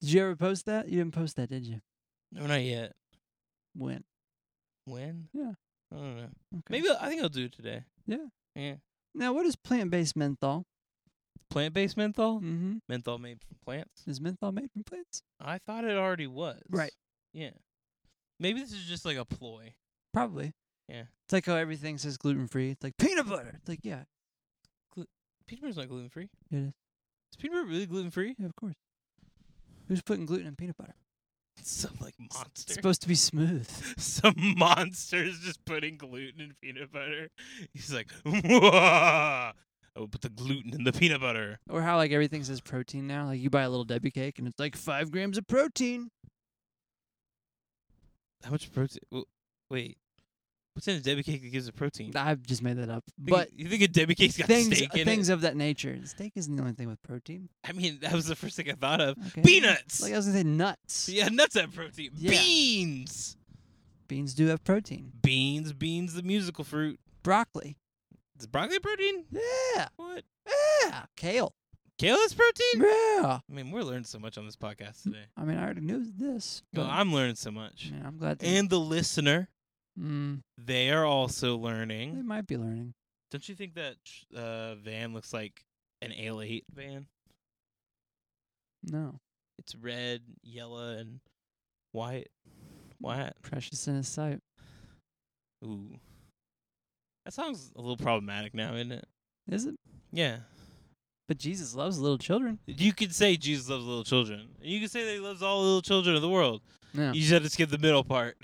Speaker 1: Did you ever post that? You didn't post that, did you?
Speaker 2: No, not yet.
Speaker 1: When?
Speaker 2: When?
Speaker 1: Yeah.
Speaker 2: I don't know.
Speaker 1: Okay.
Speaker 2: Maybe I'll- I think I'll do it today.
Speaker 1: Yeah.
Speaker 2: Yeah.
Speaker 1: Now, what is plant-based menthol?
Speaker 2: Plant-based menthol.
Speaker 1: Mm-hmm.
Speaker 2: Menthol made from plants.
Speaker 1: Is menthol made from plants?
Speaker 2: I thought it already was.
Speaker 1: Right.
Speaker 2: Yeah. Maybe this is just like a ploy.
Speaker 1: Probably.
Speaker 2: Yeah.
Speaker 1: It's like how everything says gluten-free. It's like peanut butter. It's like yeah.
Speaker 2: Peanut butter's not gluten free.
Speaker 1: It is.
Speaker 2: Is peanut butter really gluten free?
Speaker 1: Yeah, of course. Who's putting gluten in peanut butter?
Speaker 2: Some like
Speaker 1: It's- It's
Speaker 2: monster.
Speaker 1: supposed to be smooth.
Speaker 2: Some monster is just putting gluten in peanut butter. He's like, I will put the gluten in the peanut butter.
Speaker 1: Or how like everything says protein now. Like you buy a little Debbie cake and it's like five grams of protein.
Speaker 2: How much protein? Well, wait, what's in a Debbie cake that gives a protein?
Speaker 1: I've just made that up.
Speaker 2: Think-
Speaker 1: But
Speaker 2: you think a Debbie cake's got
Speaker 1: things uh,
Speaker 2: steak in
Speaker 1: things of that nature. Steak isn't the only thing with protein.
Speaker 2: it? I mean, that was the first thing I thought of.
Speaker 1: Okay.
Speaker 2: Peanuts.
Speaker 1: Like I was gonna say nuts.
Speaker 2: yeah, nuts have protein.
Speaker 1: Yeah.
Speaker 2: Beans.
Speaker 1: Beans do have protein.
Speaker 2: Beans. Beans. The musical fruit.
Speaker 1: Broccoli.
Speaker 2: Is broccoli protein?
Speaker 1: Yeah.
Speaker 2: What?
Speaker 1: Yeah. Kale.
Speaker 2: Kale is protein?
Speaker 1: Yeah.
Speaker 2: I mean, we're learning so much on this podcast today.
Speaker 1: I mean, I already knew this.
Speaker 2: Well,
Speaker 1: but,
Speaker 2: I'm learning so much.
Speaker 1: man, I'm glad. that-
Speaker 2: And Hmm? the listener,
Speaker 1: mm,
Speaker 2: they are also
Speaker 1: they
Speaker 2: learning.
Speaker 1: might be learning.
Speaker 2: Don't you think that uh, van looks like an L8 van?
Speaker 1: No.
Speaker 2: It's red, yellow, and white. White.
Speaker 1: Precious in his sight.
Speaker 2: Ooh. That song's a little problematic now, isn't it?
Speaker 1: Is it?
Speaker 2: Yeah.
Speaker 1: But Jesus loves little children.
Speaker 2: You could say Jesus loves little children. You could say that he loves all little children of the world.
Speaker 1: No.
Speaker 2: You just have to skip the middle part.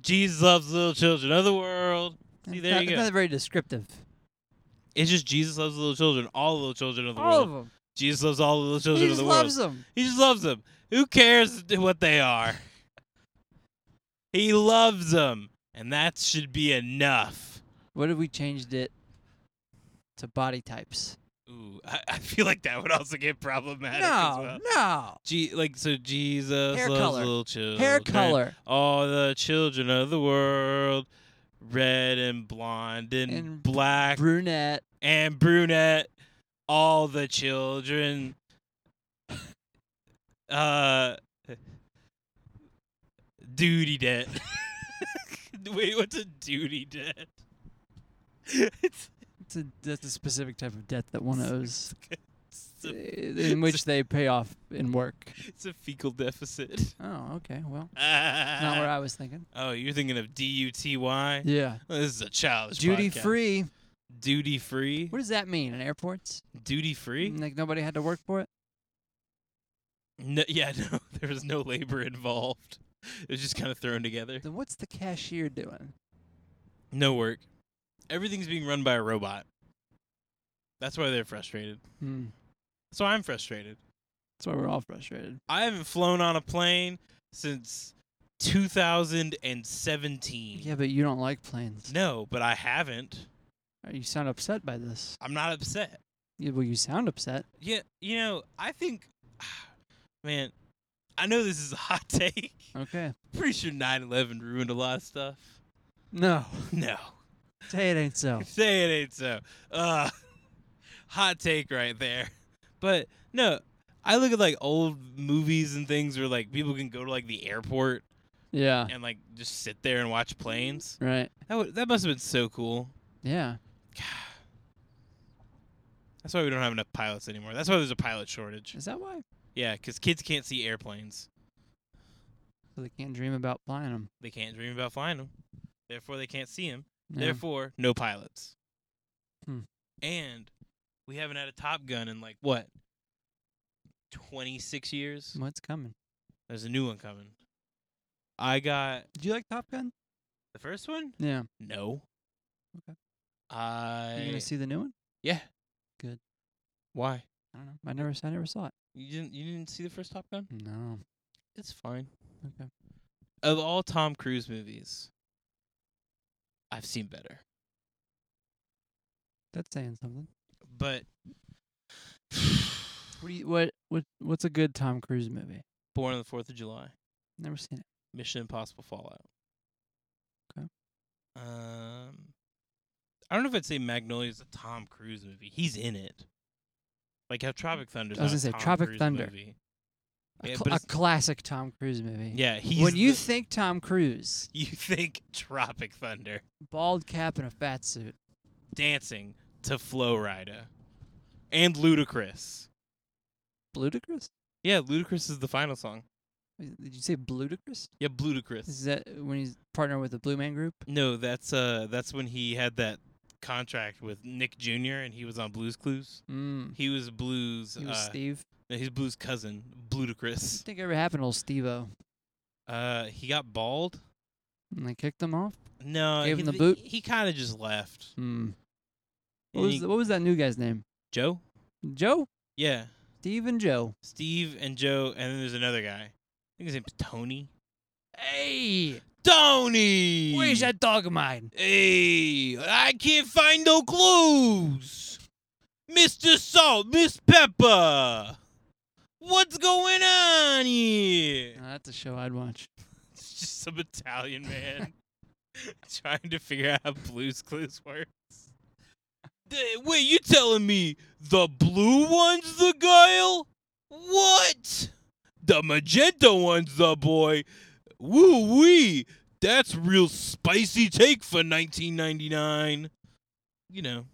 Speaker 2: Jesus loves little children of the world. See,
Speaker 1: It's
Speaker 2: there
Speaker 1: not,
Speaker 2: you
Speaker 1: it's
Speaker 2: go.
Speaker 1: not very descriptive.
Speaker 2: It's just Jesus loves little children, all little children of the
Speaker 1: All
Speaker 2: world.
Speaker 1: of them.
Speaker 2: Jesus loves all the little
Speaker 1: He
Speaker 2: children of
Speaker 1: just
Speaker 2: the
Speaker 1: loves
Speaker 2: world.
Speaker 1: them.
Speaker 2: He just loves them. Who cares what they are? he loves them, and that should be enough.
Speaker 1: What if we changed it to body types?
Speaker 2: Ooh, I, I feel like that would also get problematic as well.
Speaker 1: no.
Speaker 2: Je- like so, Jesus
Speaker 1: Hair
Speaker 2: loves
Speaker 1: color.
Speaker 2: little children.
Speaker 1: Hair color
Speaker 2: All the children of the world, red and blonde and,
Speaker 1: And
Speaker 2: black
Speaker 1: brunette.
Speaker 2: and brunette. All the children. Uh, duty debt. Wait, what's a duty debt? it's,
Speaker 1: It's a, that's a specific type of debt that one owes,
Speaker 2: it's
Speaker 1: i-
Speaker 2: a,
Speaker 1: in which they pay off in work.
Speaker 2: it's a fecal deficit.
Speaker 1: Oh, okay. Well, not what
Speaker 2: Ah.
Speaker 1: I was thinking.
Speaker 2: oh, you're thinking of D U T Y?
Speaker 1: Yeah.
Speaker 2: This is a childish
Speaker 1: Duty free.
Speaker 2: Duty free.
Speaker 1: What does that mean in airports? Mm,
Speaker 2: Duty free?
Speaker 1: Like nobody had to work for it.
Speaker 2: No, yeah, no, there was no labor involved. It was just kind of thrown together.
Speaker 1: Then what's the cashier doing?
Speaker 2: No work. Everything's being run by a robot. That's why they're frustrated.
Speaker 1: Hmm.
Speaker 2: That's why I'm frustrated.
Speaker 1: That's why we're all frustrated.
Speaker 2: I haven't flown on a plane since 2017.
Speaker 1: Yeah, but you don't like planes.
Speaker 2: No, but I haven't.
Speaker 1: Uh, You sound upset by this.
Speaker 2: I'm not upset.
Speaker 1: Yeah, well, you sound upset.
Speaker 2: Yeah, you know, I think, man, I know this is a hot take.
Speaker 1: Okay.
Speaker 2: Pretty sure 9/11 ruined a lot of stuff.
Speaker 1: No,
Speaker 2: No,
Speaker 1: say it ain't so.
Speaker 2: say it ain't so. Uh, hot take right there. But no, I look at like old movies and things where like people can go to like the airport
Speaker 1: Yeah.
Speaker 2: and like just sit there and watch planes.
Speaker 1: Right.
Speaker 2: That would that must have been so cool.
Speaker 1: Yeah.
Speaker 2: That's why we don't have enough pilots anymore. That's why there's a pilot shortage.
Speaker 1: Is that why?
Speaker 2: Yeah, because kids can't see airplanes.
Speaker 1: So they can't dream about flying them.
Speaker 2: They can't dream about flying them. Therefore, they can't see them. Therefore, no pilots.
Speaker 1: Hmm.
Speaker 2: And we haven't had a Top Gun in like what? 26 years?
Speaker 1: what's coming?
Speaker 2: There's a new one coming. I got
Speaker 1: Do you like Top Gun?
Speaker 2: the first one?
Speaker 1: Yeah.
Speaker 2: No.
Speaker 1: Okay.
Speaker 2: I
Speaker 1: you gonna see the new one?
Speaker 2: Yeah.
Speaker 1: Good.
Speaker 2: Why?
Speaker 1: I don't know. I never, I never saw it.
Speaker 2: You didn't you didn't see the first Top Gun?
Speaker 1: No.
Speaker 2: It's fine.
Speaker 1: Okay.
Speaker 2: Of all Tom Cruise movies, I've seen better.
Speaker 1: That's saying something.
Speaker 2: But
Speaker 1: What do you, what what what's a good Tom Cruise movie?
Speaker 2: Born on the 4th of July.
Speaker 1: Never seen it.
Speaker 2: Mission Impossible Fallout.
Speaker 1: Okay.
Speaker 2: Um, I don't know if I'd say Magnolia is a Tom Cruise movie. He's in it. Like how Tropic Thunder.
Speaker 1: I was
Speaker 2: not a
Speaker 1: gonna say
Speaker 2: Tom
Speaker 1: Tropic
Speaker 2: Cruise
Speaker 1: Thunder.
Speaker 2: Movie.
Speaker 1: A,
Speaker 2: Yeah,
Speaker 1: cl-
Speaker 2: but
Speaker 1: a
Speaker 2: it's-
Speaker 1: classic Tom Cruise movie.
Speaker 2: Yeah, he's.
Speaker 1: when you
Speaker 2: the-
Speaker 1: think Tom Cruise,
Speaker 2: you think Tropic Thunder
Speaker 1: bald cap and a fat suit.
Speaker 2: dancing to Flow Rida and Ludacris.
Speaker 1: Ludicrous?
Speaker 2: Yeah, Ludacris is the final song.
Speaker 1: Did you say Ludicrous?
Speaker 2: Yeah, Ludacris.
Speaker 1: Is that when he's partnered with the Blue Man Group?
Speaker 2: No, that's uh, that's when he had that contract with Nick Jr. and he was on Blues Clues.
Speaker 1: Mm.
Speaker 2: He was Blues.
Speaker 1: He was
Speaker 2: uh,
Speaker 1: Steve.
Speaker 2: no, he's Blues' cousin,
Speaker 1: I
Speaker 2: Ludacris.
Speaker 1: think ever happened to old Steve-O.
Speaker 2: Uh, he got bald.
Speaker 1: And they kicked him off?
Speaker 2: No,
Speaker 1: Gave
Speaker 2: he,
Speaker 1: him the boot?
Speaker 2: He kind of just left.
Speaker 1: Hmm. What
Speaker 2: And
Speaker 1: was,
Speaker 2: he-
Speaker 1: what was that new guy's name?
Speaker 2: Joe?
Speaker 1: Joe?
Speaker 2: Yeah,
Speaker 1: Steve and Joe.
Speaker 2: Steve and Joe, and then there's another guy. I think his name's Tony.
Speaker 1: Hey!
Speaker 2: Tony.
Speaker 1: Where's that dog of mine?
Speaker 2: Hey, I can't find no clues. Mr. Salt, Miss Pepper. What's going on here?
Speaker 1: Now, that's a show I'd watch.
Speaker 2: It's just some Italian man trying to figure out how Blue's Clues works. The- Wait, you telling me the blue one's the guile? What? The magenta one's the boy? Woo wee! That's real spicy take for 1999. You know.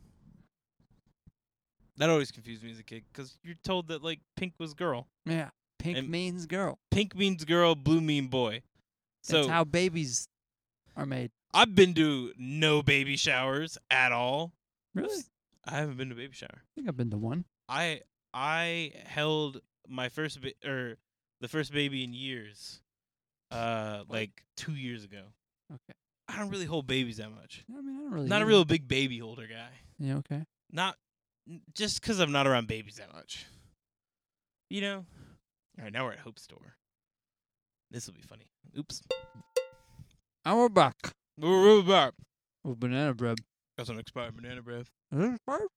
Speaker 2: That always confused me as a kid because you're told that, like, pink was girl.
Speaker 1: Yeah. Pink
Speaker 2: And-
Speaker 1: means girl.
Speaker 2: Pink means girl, blue mean boy. So
Speaker 1: That's how babies are made.
Speaker 2: I've been to no baby showers at all.
Speaker 1: Really? I
Speaker 2: I haven't been to a baby shower.
Speaker 1: think I've been to one.
Speaker 2: I I held my first ba- or the first baby in years, uh, like two years ago.
Speaker 1: Okay.
Speaker 2: I don't really hold babies that much.
Speaker 1: I mean, I don't really.
Speaker 2: Not a
Speaker 1: either.
Speaker 2: real big baby holder guy.
Speaker 1: Yeah, okay.
Speaker 2: Not n- just because I'm not around babies that much. You know. All right, now we're at Hope Store. This will be funny. Oops.
Speaker 1: And we're back
Speaker 2: We're back.
Speaker 1: with banana bread.
Speaker 2: That's an expired banana bread.
Speaker 1: Is it expired?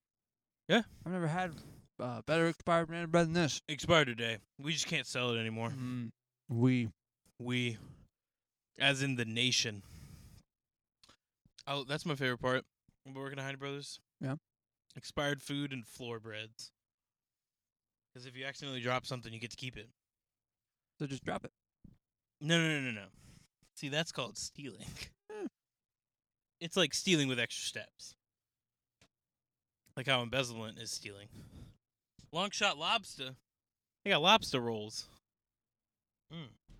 Speaker 2: Yeah.
Speaker 1: I've never had uh, better expired banana bread than this.
Speaker 2: expired today. We just can't sell it anymore.
Speaker 1: Mm. We.
Speaker 2: We, as in the nation. Oh, that's my favorite part. When we're working at Heine Brothers.
Speaker 1: Yeah.
Speaker 2: Expired food and floor breads. Because if you accidentally drop something, you get to keep it.
Speaker 1: So just drop it.
Speaker 2: No, no, no, no, no. See, that's called stealing.
Speaker 1: Hmm.
Speaker 2: it's like stealing with extra steps. Like how embezzlement is stealing. Long shot lobster. They got lobster rolls.
Speaker 1: Hmm.
Speaker 2: Mm.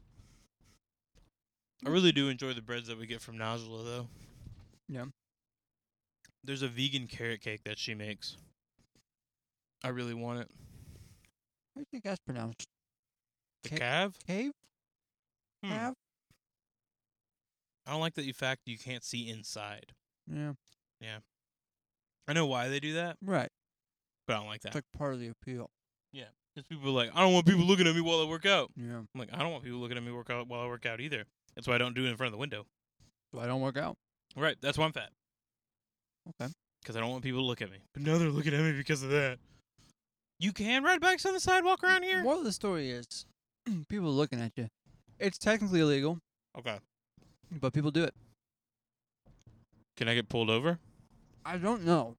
Speaker 2: I really do enjoy the breads that we get from Najla, though.
Speaker 1: Yeah.
Speaker 2: There's a vegan carrot cake that she makes. I really want it.
Speaker 1: How do you think that's pronounced?
Speaker 2: The
Speaker 1: Ca-
Speaker 2: calve?
Speaker 1: Cave?
Speaker 2: Hmm.
Speaker 1: Have?
Speaker 2: I don't like that you fact you can't see inside.
Speaker 1: Yeah.
Speaker 2: I know why they do that,
Speaker 1: Right.
Speaker 2: but I don't like that.
Speaker 1: It's like part of the appeal.
Speaker 2: Because people are like, I don't want people looking at me while I work out.
Speaker 1: Yeah.
Speaker 2: I'm like, I don't want people looking at me work out while I work out either. That's why I don't do it in front of the window.
Speaker 1: So I don't work out.
Speaker 2: Right. That's why I'm fat.
Speaker 1: Okay.
Speaker 2: Because I don't want people to look at me. But now they're looking at me because of that. You can ride bikes on the sidewalk around here.
Speaker 1: Moral of the story is people are looking at you. It's technically illegal,
Speaker 2: Okay.
Speaker 1: but people do it.
Speaker 2: Can I get pulled over?
Speaker 1: I don't know.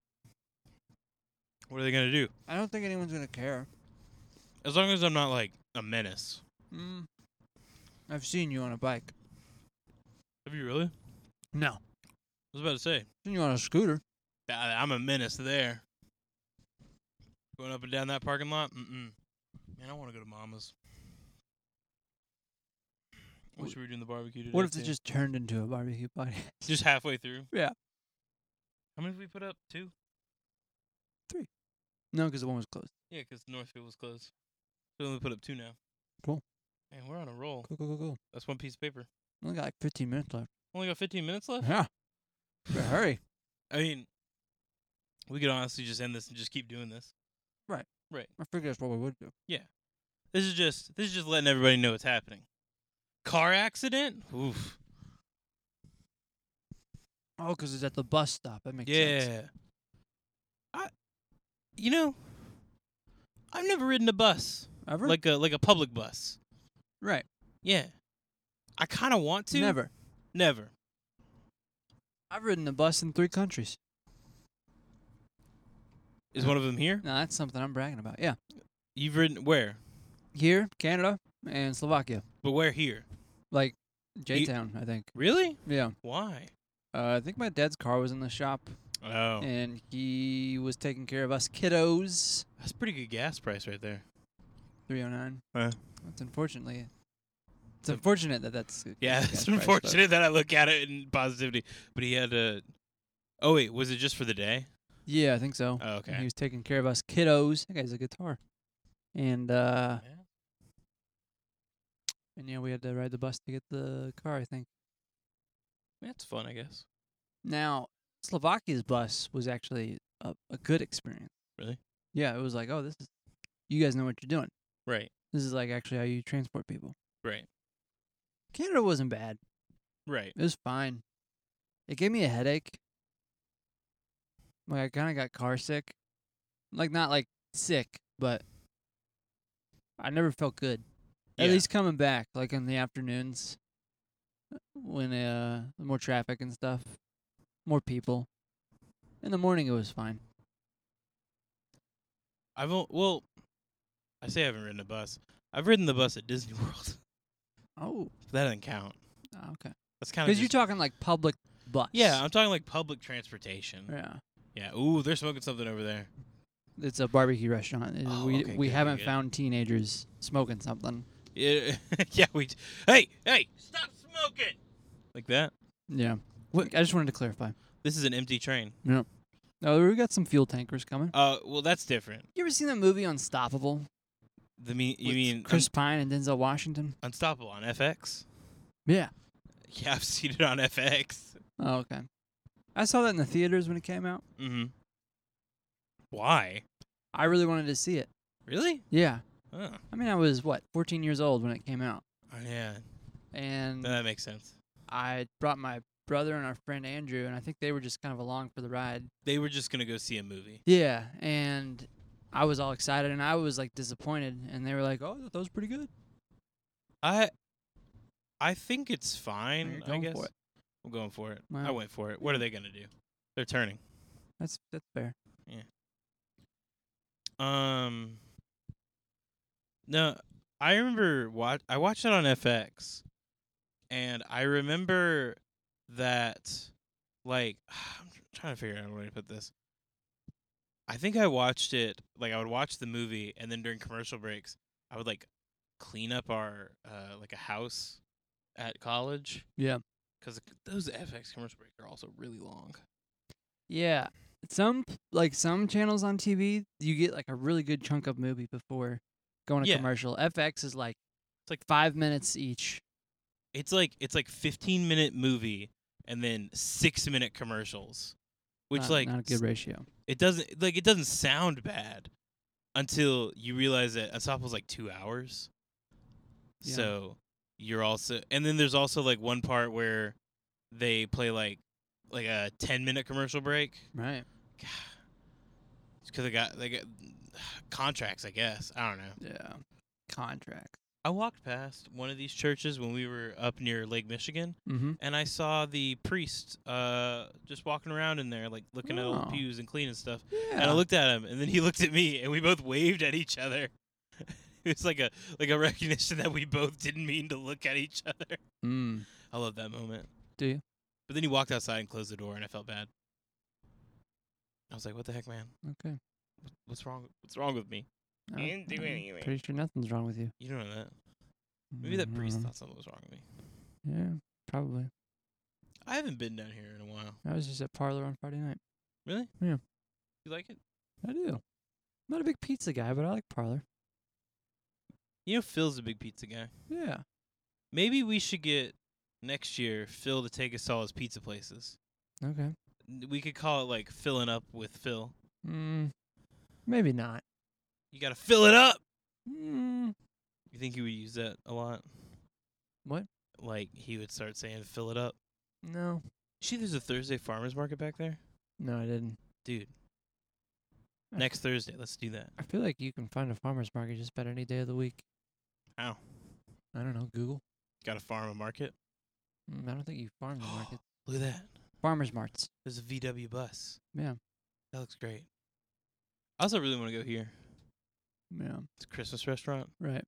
Speaker 2: What are they gonna do?
Speaker 1: I don't think anyone's going to care.
Speaker 2: As long as I'm not like a menace.
Speaker 1: Mm. I've seen you on a bike.
Speaker 2: Have you really? I
Speaker 1: No.
Speaker 2: was about to say
Speaker 1: seen you on a scooter.
Speaker 2: I, I'm a menace there. Going up and down that parking lot. Mm-mm. Man, I want to go to Mama's. I wish we were doing the barbecue today.
Speaker 1: What if it
Speaker 2: too.
Speaker 1: just turned into a barbecue party?
Speaker 2: just halfway through?
Speaker 1: Yeah.
Speaker 2: How many did we put up? Two.
Speaker 1: No, because the one was closed.
Speaker 2: Yeah, 'cause Northfield was closed. We only put up two now.
Speaker 1: Cool.
Speaker 2: And we're on a roll.
Speaker 1: Cool, cool, cool, cool.
Speaker 2: That's one piece of paper.
Speaker 1: Only got like 15 minutes left.
Speaker 2: Only got 15 minutes left.
Speaker 1: Yeah. Better hurry.
Speaker 2: I mean, we could honestly just end this and just keep doing this.
Speaker 1: I figured that's what we would do.
Speaker 2: This is just this is just letting everybody know what's happening. Car accident? Oof.
Speaker 1: Oh, because it's at the bus stop. That makes sense.
Speaker 2: Yeah. I, you know, I've never ridden a bus
Speaker 1: Ever?
Speaker 2: like a like a public bus.
Speaker 1: right.
Speaker 2: Yeah. I kind of want to.
Speaker 1: Never.
Speaker 2: Never.
Speaker 1: I've ridden a bus in three countries.
Speaker 2: Is one of them here?
Speaker 1: Now, that's something I'm bragging about. Yeah.
Speaker 2: You've ridden where?
Speaker 1: Here, Canada, and Slovakia.
Speaker 2: But where here?
Speaker 1: Like J Town, I think.
Speaker 2: Really?
Speaker 1: Yeah.
Speaker 2: Why?
Speaker 1: Uh, I think my dad's car was in the shop,
Speaker 2: Oh.
Speaker 1: and he was taking care of us kiddos.
Speaker 2: That's pretty good gas price right there.
Speaker 1: 309.
Speaker 2: Huh.
Speaker 1: That's unfortunately. It's
Speaker 2: Uh. a-
Speaker 1: unfortunate that that's.
Speaker 2: Yeah,
Speaker 1: that's gas price,
Speaker 2: it's
Speaker 1: but-
Speaker 2: unfortunate that I look at it in positivity. But he had a Oh wait, was it just for the day?
Speaker 1: Yeah, I think so.
Speaker 2: Oh,
Speaker 1: And He
Speaker 2: okay.
Speaker 1: was taking care of us kiddos. That guy's a guitar. And uh and yeah, we had to ride the bus to get the car, I think.
Speaker 2: That's fun, I guess.
Speaker 1: Now, Slovakia's bus was actually a, a good experience.
Speaker 2: Really?
Speaker 1: Yeah, it was like, oh, this is you guys know what you're doing.
Speaker 2: Right.
Speaker 1: This is like actually how you transport people.
Speaker 2: Right.
Speaker 1: Canada wasn't bad.
Speaker 2: Right.
Speaker 1: It was fine. It gave me a headache. Like I kind of got car sick. Like not like sick, but I never felt good. At
Speaker 2: Yeah.
Speaker 1: least coming back, like in the afternoons, when uh more traffic and stuff, more people. In the morning, it was fine.
Speaker 2: I've o- well, I say I haven't ridden a bus. I've ridden the bus at Disney World.
Speaker 1: Oh,
Speaker 2: that doesn't count.
Speaker 1: Ah, okay.
Speaker 2: That's kind of
Speaker 1: Because you're talking like public bus.
Speaker 2: yeah. I'm talking like public transportation.
Speaker 1: yeah.
Speaker 2: Yeah. Ooh, they're smoking something over there.
Speaker 1: It's a barbecue restaurant. and
Speaker 2: Oh,
Speaker 1: we
Speaker 2: okay,
Speaker 1: we
Speaker 2: good, good,
Speaker 1: haven't
Speaker 2: good.
Speaker 1: found teenagers smoking something.
Speaker 2: Yeah. yeah. We. Hey. Hey. Stop smoking. Like that.
Speaker 1: Yeah.
Speaker 2: What-
Speaker 1: I just wanted to clarify.
Speaker 2: This is an empty train.
Speaker 1: No, we got some fuel tankers coming.
Speaker 2: Uh. Well, that's different.
Speaker 1: You ever seen that movie Unstoppable?
Speaker 2: The mean. You
Speaker 1: with
Speaker 2: mean
Speaker 1: Chris Pine and Denzel Washington?
Speaker 2: Un- Unstoppable on FX?
Speaker 1: Yeah.
Speaker 2: Yeah, I've seen it on FX.
Speaker 1: Oh, okay. I saw that in the theaters when it came out.
Speaker 2: Mm-hmm. Why?
Speaker 1: I really wanted to see it.
Speaker 2: Really?
Speaker 1: Yeah.
Speaker 2: Oh.
Speaker 1: I mean, I was what 14 years old when it came out,
Speaker 2: Yeah.
Speaker 1: and
Speaker 2: That makes sense.
Speaker 1: I brought my brother and our friend Andrew, and I think they were just kind of along for the ride.
Speaker 2: They were just gonna go see a movie.
Speaker 1: Yeah, and I was all excited, and I was like disappointed, and they were like, "Oh, I thought that was pretty good."
Speaker 2: I I think it's
Speaker 1: And
Speaker 2: fine.
Speaker 1: you're
Speaker 2: I
Speaker 1: going
Speaker 2: guess
Speaker 1: for it.
Speaker 2: I'm going for it. I
Speaker 1: Wow.
Speaker 2: went for it. What are they gonna do? They're turning.
Speaker 1: That's that's fair.
Speaker 2: Um. No, I remember watch. I watched it on FX, and I remember that, like, I'm tr- trying to figure out a way to put this. I think I watched it. Like, I would watch the movie, and then during commercial breaks, I would like clean up our uh like a house at college.
Speaker 1: Yeah.
Speaker 2: Because those FX commercial breaks are also really long.
Speaker 1: Yeah. Some p- like some channels on TV, you get like a really good chunk of movie before going to
Speaker 2: Yeah.
Speaker 1: commercial. FX is like
Speaker 2: It's like-
Speaker 1: 5 minutes each.
Speaker 2: It's like it's like 15 minute movie and then 6 minute commercials. Which
Speaker 1: Not-
Speaker 2: like
Speaker 1: not a
Speaker 2: s-
Speaker 1: good ratio.
Speaker 2: it doesn't like it doesn't sound bad until you realize that Unstoppable's like 2 hours.
Speaker 1: Yeah.
Speaker 2: So you're also and then there's also like one part where they play like like a 10 minute commercial break
Speaker 1: Right.
Speaker 2: cuz they got they got contracts, I guess. I don't know.
Speaker 1: Yeah. Contract.
Speaker 2: I walked past one of these churches when we were up near Lake Michigan
Speaker 1: Mhm.
Speaker 2: and I saw the priest uh, just walking around in there, like looking at
Speaker 1: Oh.
Speaker 2: old pews and cleaning stuff.
Speaker 1: Yeah.
Speaker 2: And I looked at him, and then he looked at me, and we both waved at each other. it's like a like a recognition that we both didn't mean to look at each other.
Speaker 1: mm.
Speaker 2: I love that moment.
Speaker 1: Do you?
Speaker 2: But then he walked outside and closed the door, and I felt bad. I was like, "What the heck, man?
Speaker 1: Okay.
Speaker 2: What's wrong? What's wrong with me?
Speaker 1: I-
Speaker 2: You didn't do
Speaker 1: Oh, I'm
Speaker 2: anything.
Speaker 1: Pretty sure nothing's wrong with you. Mm-hmm.
Speaker 2: You don't know that. Maybe that priest thought something was wrong with me.
Speaker 1: Yeah, probably.
Speaker 2: I haven't been down here in a while.
Speaker 1: I was just at Parlor on Friday night.
Speaker 2: Really?
Speaker 1: Yeah.
Speaker 2: You like it?
Speaker 1: I do. Not a big pizza guy, but I like Parlor.
Speaker 2: You know, Phil's a big pizza guy.
Speaker 1: Yeah.
Speaker 2: Maybe we should get next year Phil to take us to all his pizza places.
Speaker 1: Okay.
Speaker 2: N- We could call it like filling up with Phil.
Speaker 1: Mm. Maybe not.
Speaker 2: You gotta fill it up.
Speaker 1: Mm.
Speaker 2: You think he would use that a lot?
Speaker 1: What?
Speaker 2: Like he would start saying fill it up.
Speaker 1: No.
Speaker 2: See, there's a Thursday farmers market back there,
Speaker 1: No, I didn't.
Speaker 2: dude.
Speaker 1: I
Speaker 2: Next Thursday, let's do that.
Speaker 1: I feel like you can find a farmer's market just about any day of the week.
Speaker 2: How?
Speaker 1: I don't know, Google.
Speaker 2: Got to farm a market.
Speaker 1: Mm, I don't think you farm the market.
Speaker 2: Look at that.
Speaker 1: Farmer's marts.
Speaker 2: There's a VW bus.
Speaker 1: Yeah.
Speaker 2: That looks great. I also really want to go here.
Speaker 1: Yeah.
Speaker 2: It's a Christmas restaurant.
Speaker 1: Right.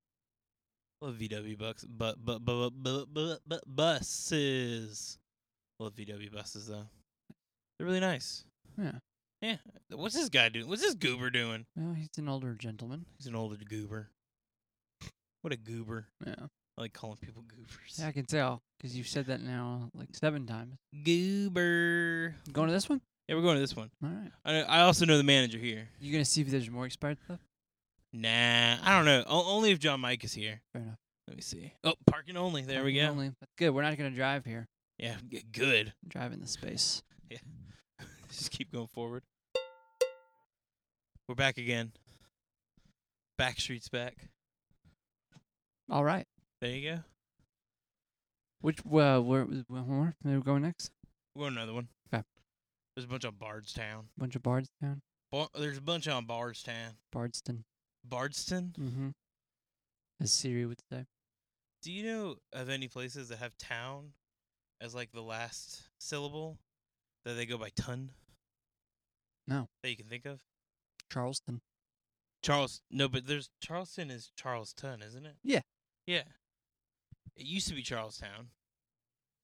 Speaker 2: Love VW bucks, but but but but but but buses. Love VW buses though. They're really nice.
Speaker 1: Yeah.
Speaker 2: Yeah. What's this guy doing? What's this goober doing?
Speaker 1: Well, he's an older gentleman.
Speaker 2: He's an older goober. What a goober!
Speaker 1: Yeah.
Speaker 2: I like calling people goobers.
Speaker 1: I can tell because you've said that now like seven times.
Speaker 2: Goober.
Speaker 1: Going to this one?
Speaker 2: Yeah, we're going to this one.
Speaker 1: All right.
Speaker 2: I, I also know the manager here.
Speaker 1: You gonna see if there's more expired stuff?
Speaker 2: Nah, I don't know. O- only if John Mike is here.
Speaker 1: Fair enough.
Speaker 2: Let me see. Oh, parking only. There we
Speaker 1: Parking
Speaker 2: go.
Speaker 1: Only. That's good. We're not gonna drive here.
Speaker 2: Yeah, g- good.
Speaker 1: Drive in the space.
Speaker 2: Just keep going forward. We're back again. Backstreet's back.
Speaker 1: All right.
Speaker 2: There you go.
Speaker 1: Which well, where where where we going next?
Speaker 2: We're going another one.
Speaker 1: 'Kay.
Speaker 2: There's a bunch on Bardstown.
Speaker 1: Bunch of Bardstown,
Speaker 2: Bar- There's a bunch on Bardstown.
Speaker 1: Bardston.
Speaker 2: Bardston?
Speaker 1: Mm-hmm. As Siri would say.
Speaker 2: Do you know of any places that have town as like the last syllable that they go by ton?
Speaker 1: No.
Speaker 2: That you can think of?
Speaker 1: Charleston.
Speaker 2: Charles. No, but there's Charleston is Charleston, isn't it?
Speaker 1: Yeah.
Speaker 2: Yeah. It used to be Charlestown.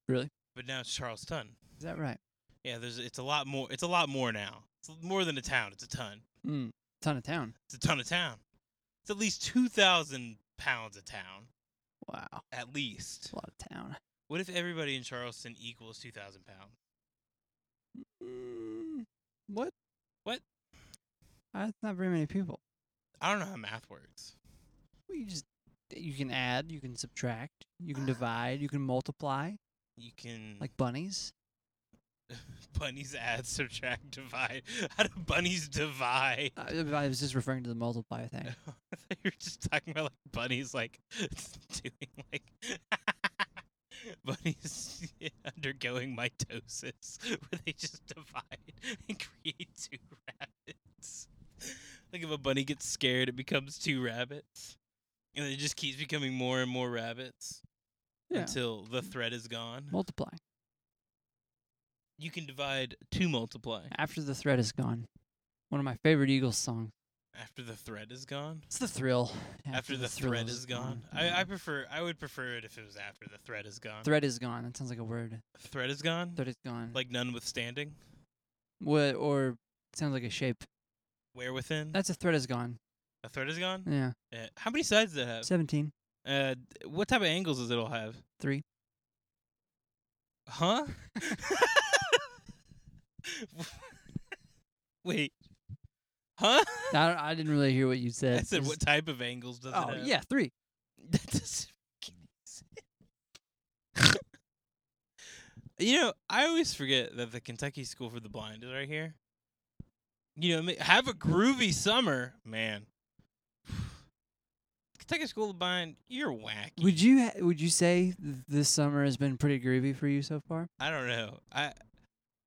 Speaker 1: Really?
Speaker 2: But now it's Charleston.
Speaker 1: Is that right?
Speaker 2: Yeah, there's it's a lot more. It's a lot more now. It's more than a town. It's a ton.
Speaker 1: Mm. Ton of town.
Speaker 2: It's a ton of town. It's at least two thousand pounds a town.
Speaker 1: Wow.
Speaker 2: At least.
Speaker 1: It's a lot of town.
Speaker 2: What if everybody in Charleston equals two thousand pounds?
Speaker 1: Mm, what?
Speaker 2: What?
Speaker 1: Uh, That's not very many people.
Speaker 2: I don't know how math works.
Speaker 1: Well, you just you can add, you can subtract, you can divide, you can multiply,
Speaker 2: You can
Speaker 1: like bunnies.
Speaker 2: bunnies add, subtract, divide. How do bunnies divide?
Speaker 1: I, I was just referring to the multiply
Speaker 2: I
Speaker 1: thing.
Speaker 2: thought you were just talking about like bunnies, like doing like bunnies undergoing mitosis, where they just divide and create two rabbits. Like if a bunny gets scared, it becomes two rabbits, and it just keeps becoming more and more rabbits
Speaker 1: Yeah.
Speaker 2: until the thread is gone.
Speaker 1: multiply
Speaker 2: You can divide to multiply
Speaker 1: after the thread is gone. One of my favorite Eagles songs.
Speaker 2: after the thread is gone.
Speaker 1: It's the thrill.
Speaker 2: after the,
Speaker 1: thrill
Speaker 2: thread is gone. Mm-hmm.
Speaker 1: yeah.
Speaker 2: I, I prefer. I would prefer it if it was after the thread is gone.
Speaker 1: thread is gone. That sounds like a word.
Speaker 2: thread is gone.
Speaker 1: Thread is gone.
Speaker 2: Like notwithstanding.
Speaker 1: what? Or sounds like a shape.
Speaker 2: Where within?
Speaker 1: That's a thread is gone.
Speaker 2: a thread is gone.
Speaker 1: Yeah,
Speaker 2: Uh, how many sides does it have?
Speaker 1: seventeen.
Speaker 2: Uh, d- what type of angles does it all have?
Speaker 1: Three.
Speaker 2: Huh? Wait. Huh?
Speaker 1: I, don't- I didn't really hear what you said.
Speaker 2: I said,
Speaker 1: Just-
Speaker 2: what type of angles does
Speaker 1: Oh
Speaker 2: it have?
Speaker 1: yeah, three.
Speaker 2: That doesn't make any sense. you know, I always forget that the Kentucky School for the Blind is right here. You know, ma- have a groovy summer, man. Kentucky School of the Blind, you're wacky.
Speaker 1: Would you ha- would you say th- this summer has been pretty groovy for you so far?
Speaker 2: I don't know. I,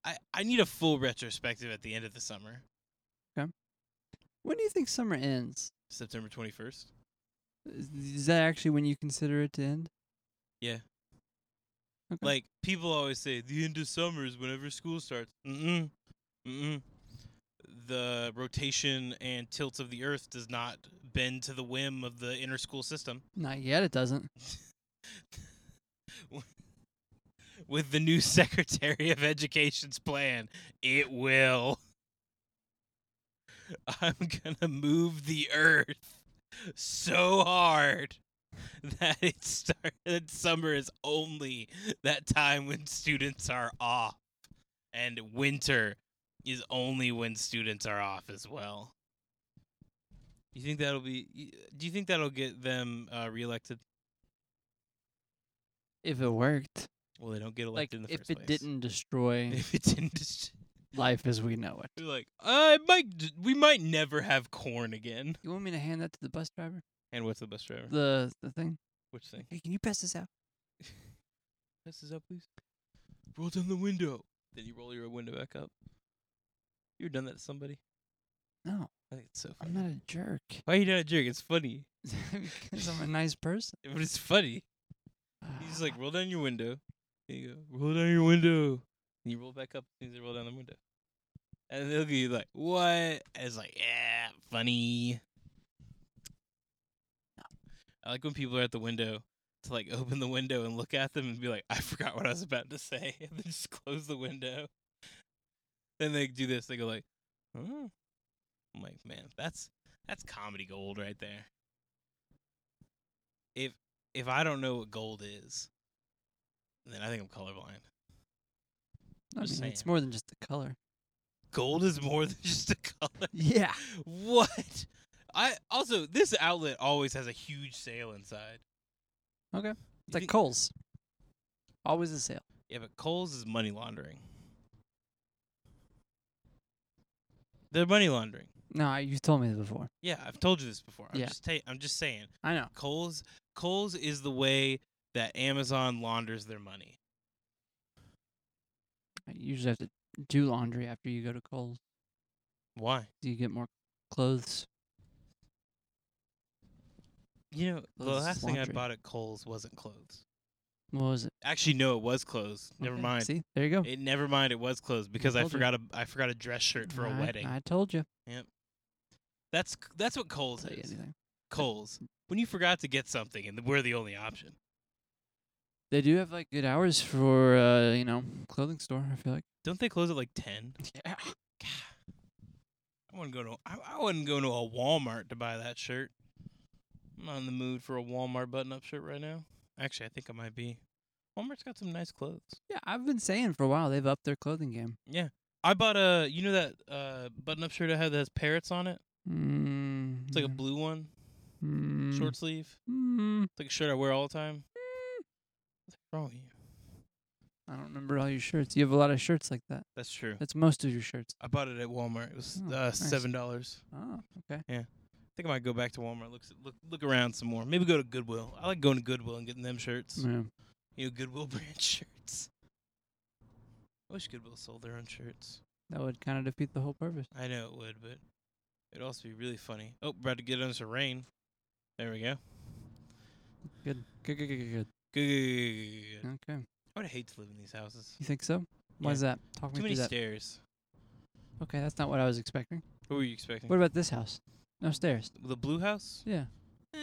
Speaker 2: I, I need a full retrospective at the end of the summer,
Speaker 1: When do you think summer ends?
Speaker 2: September twenty first.
Speaker 1: Is- Is that actually when you consider it to end?
Speaker 2: Yeah.
Speaker 1: Okay.
Speaker 2: Like people always say, the end of summer is whenever school starts. Mm-mm. Mm-mm. The rotation and tilt of the Earth does not bend to the whim of the inner school system.
Speaker 1: not yet. It doesn't.
Speaker 2: With the new Secretary of Education's plan, it will. I'm gonna move the Earth so hard that it start that summer is only that time when students are off, and winter is only when students are off as well. You think that'll be? y- Do you think that'll get them uh, reelected?
Speaker 1: If it worked,
Speaker 2: Well, they don't get
Speaker 1: like
Speaker 2: elected in the
Speaker 1: if
Speaker 2: first
Speaker 1: it
Speaker 2: place.
Speaker 1: didn't destroy
Speaker 2: If it didn't,
Speaker 1: life as we know it.
Speaker 2: they're like, I might, d- we might never have corn again.
Speaker 1: You want me to hand that to the bus driver?
Speaker 2: And what's the bus driver?
Speaker 1: The the thing.
Speaker 2: Which thing?
Speaker 1: Hey, can you pass this out?
Speaker 2: Pass this up, please. Roll down the window. Then you roll your window back up. You ever done that to somebody?
Speaker 1: No,
Speaker 2: I think it's so funny.
Speaker 1: I'm not a jerk.
Speaker 2: Why are you not a jerk? It's funny.
Speaker 1: because I'm a nice person.
Speaker 2: But it's funny. You just like roll down your window. And you go, roll down your window. And you roll back up as soon as they roll down the window. And they'll be like, what? And it's like, yeah, funny. I like when people are at the window to like open the window and look at them and be like, I forgot what I was about to say. And then just close the window. Then they do this. They go like, oh. I'm like, man, that's that's comedy gold right there. If if I don't know what gold is, then I think I'm colorblind.
Speaker 1: I
Speaker 2: just
Speaker 1: mean,
Speaker 2: saying.
Speaker 1: it's more than just the color.
Speaker 2: gold is more than just a color.
Speaker 1: Yeah.
Speaker 2: What? I also this outlet always has a huge sale inside.
Speaker 1: Okay. It's
Speaker 2: You
Speaker 1: like
Speaker 2: think-
Speaker 1: Coles. Always a sale.
Speaker 2: Yeah, but Kohl's is money laundering. They're money laundering.
Speaker 1: No, I- you've told me this before.
Speaker 2: Yeah, I've told you this before. I'm
Speaker 1: Yeah.
Speaker 2: just ta- I'm just saying.
Speaker 1: I know.
Speaker 2: Kohl's Kohl's is the way that Amazon launders their money.
Speaker 1: I usually have to do laundry after you go to Coles.
Speaker 2: Why?
Speaker 1: Do you get more clothes?
Speaker 2: You know, the
Speaker 1: Clothes is
Speaker 2: last thing I
Speaker 1: laundry.
Speaker 2: bought at Kohl's wasn't clothes.
Speaker 1: What was it?
Speaker 2: Actually, no, it was clothes. Never
Speaker 1: Okay,
Speaker 2: mind.
Speaker 1: See, there you go.
Speaker 2: It never mind. It was clothes because I
Speaker 1: told you.
Speaker 2: forgot a I forgot a dress shirt for a
Speaker 1: I-
Speaker 2: wedding.
Speaker 1: I told you.
Speaker 2: That's that's what Kohl's
Speaker 1: Tell you
Speaker 2: is.
Speaker 1: anything.
Speaker 2: Kohl's. When you forgot to get something and we're the only option.
Speaker 1: They do have like good hours for uh, you know, clothing store, I feel like.
Speaker 2: Don't they close at like ten?
Speaker 1: Yeah.
Speaker 2: I wouldn't go to I, I wouldn't go to a Walmart to buy that shirt. I'm not in the mood for a Walmart button-up shirt right now. Actually, I think I might be. Walmart's got some nice clothes.
Speaker 1: Yeah, I've been saying for a while they've upped their clothing game.
Speaker 2: I bought a you know that uh button-up shirt I had that has parrots on it.
Speaker 1: Mm,
Speaker 2: It's like a blue one,
Speaker 1: mm,
Speaker 2: short sleeve.
Speaker 1: Mm,
Speaker 2: It's like a shirt I wear all the time. What's wrong with you?
Speaker 1: I don't remember all your shirts. You have a lot of shirts like that.
Speaker 2: That's true.
Speaker 1: That's most of your shirts.
Speaker 2: I bought it at Walmart. It was
Speaker 1: Oh,
Speaker 2: uh,
Speaker 1: nice.
Speaker 2: seven dollars.
Speaker 1: Oh, okay.
Speaker 2: I think I might go back to Walmart. Look, look, look around some more. Maybe go to Goodwill. I like going to Goodwill and getting them shirts.
Speaker 1: Yeah.
Speaker 2: You know, Goodwill brand shirts. I wish Goodwill sold their own shirts.
Speaker 1: That would kind of defeat the whole purpose.
Speaker 2: I know it would, but it'd also be really funny. Oh, we're about to get under some rain. There we go.
Speaker 1: Good. Good, good, good, good, good.
Speaker 2: Good, good, good, good, good.
Speaker 1: Okay.
Speaker 2: I would hate to live in these houses.
Speaker 1: You think so? Why
Speaker 2: Yeah.
Speaker 1: is that? Talk me
Speaker 2: Too
Speaker 1: through
Speaker 2: many
Speaker 1: that.
Speaker 2: stairs.
Speaker 1: Okay, that's not what I was expecting.
Speaker 2: What were you expecting?
Speaker 1: What about this house? No stairs.
Speaker 2: the blue house?
Speaker 1: Yeah.
Speaker 2: Eh,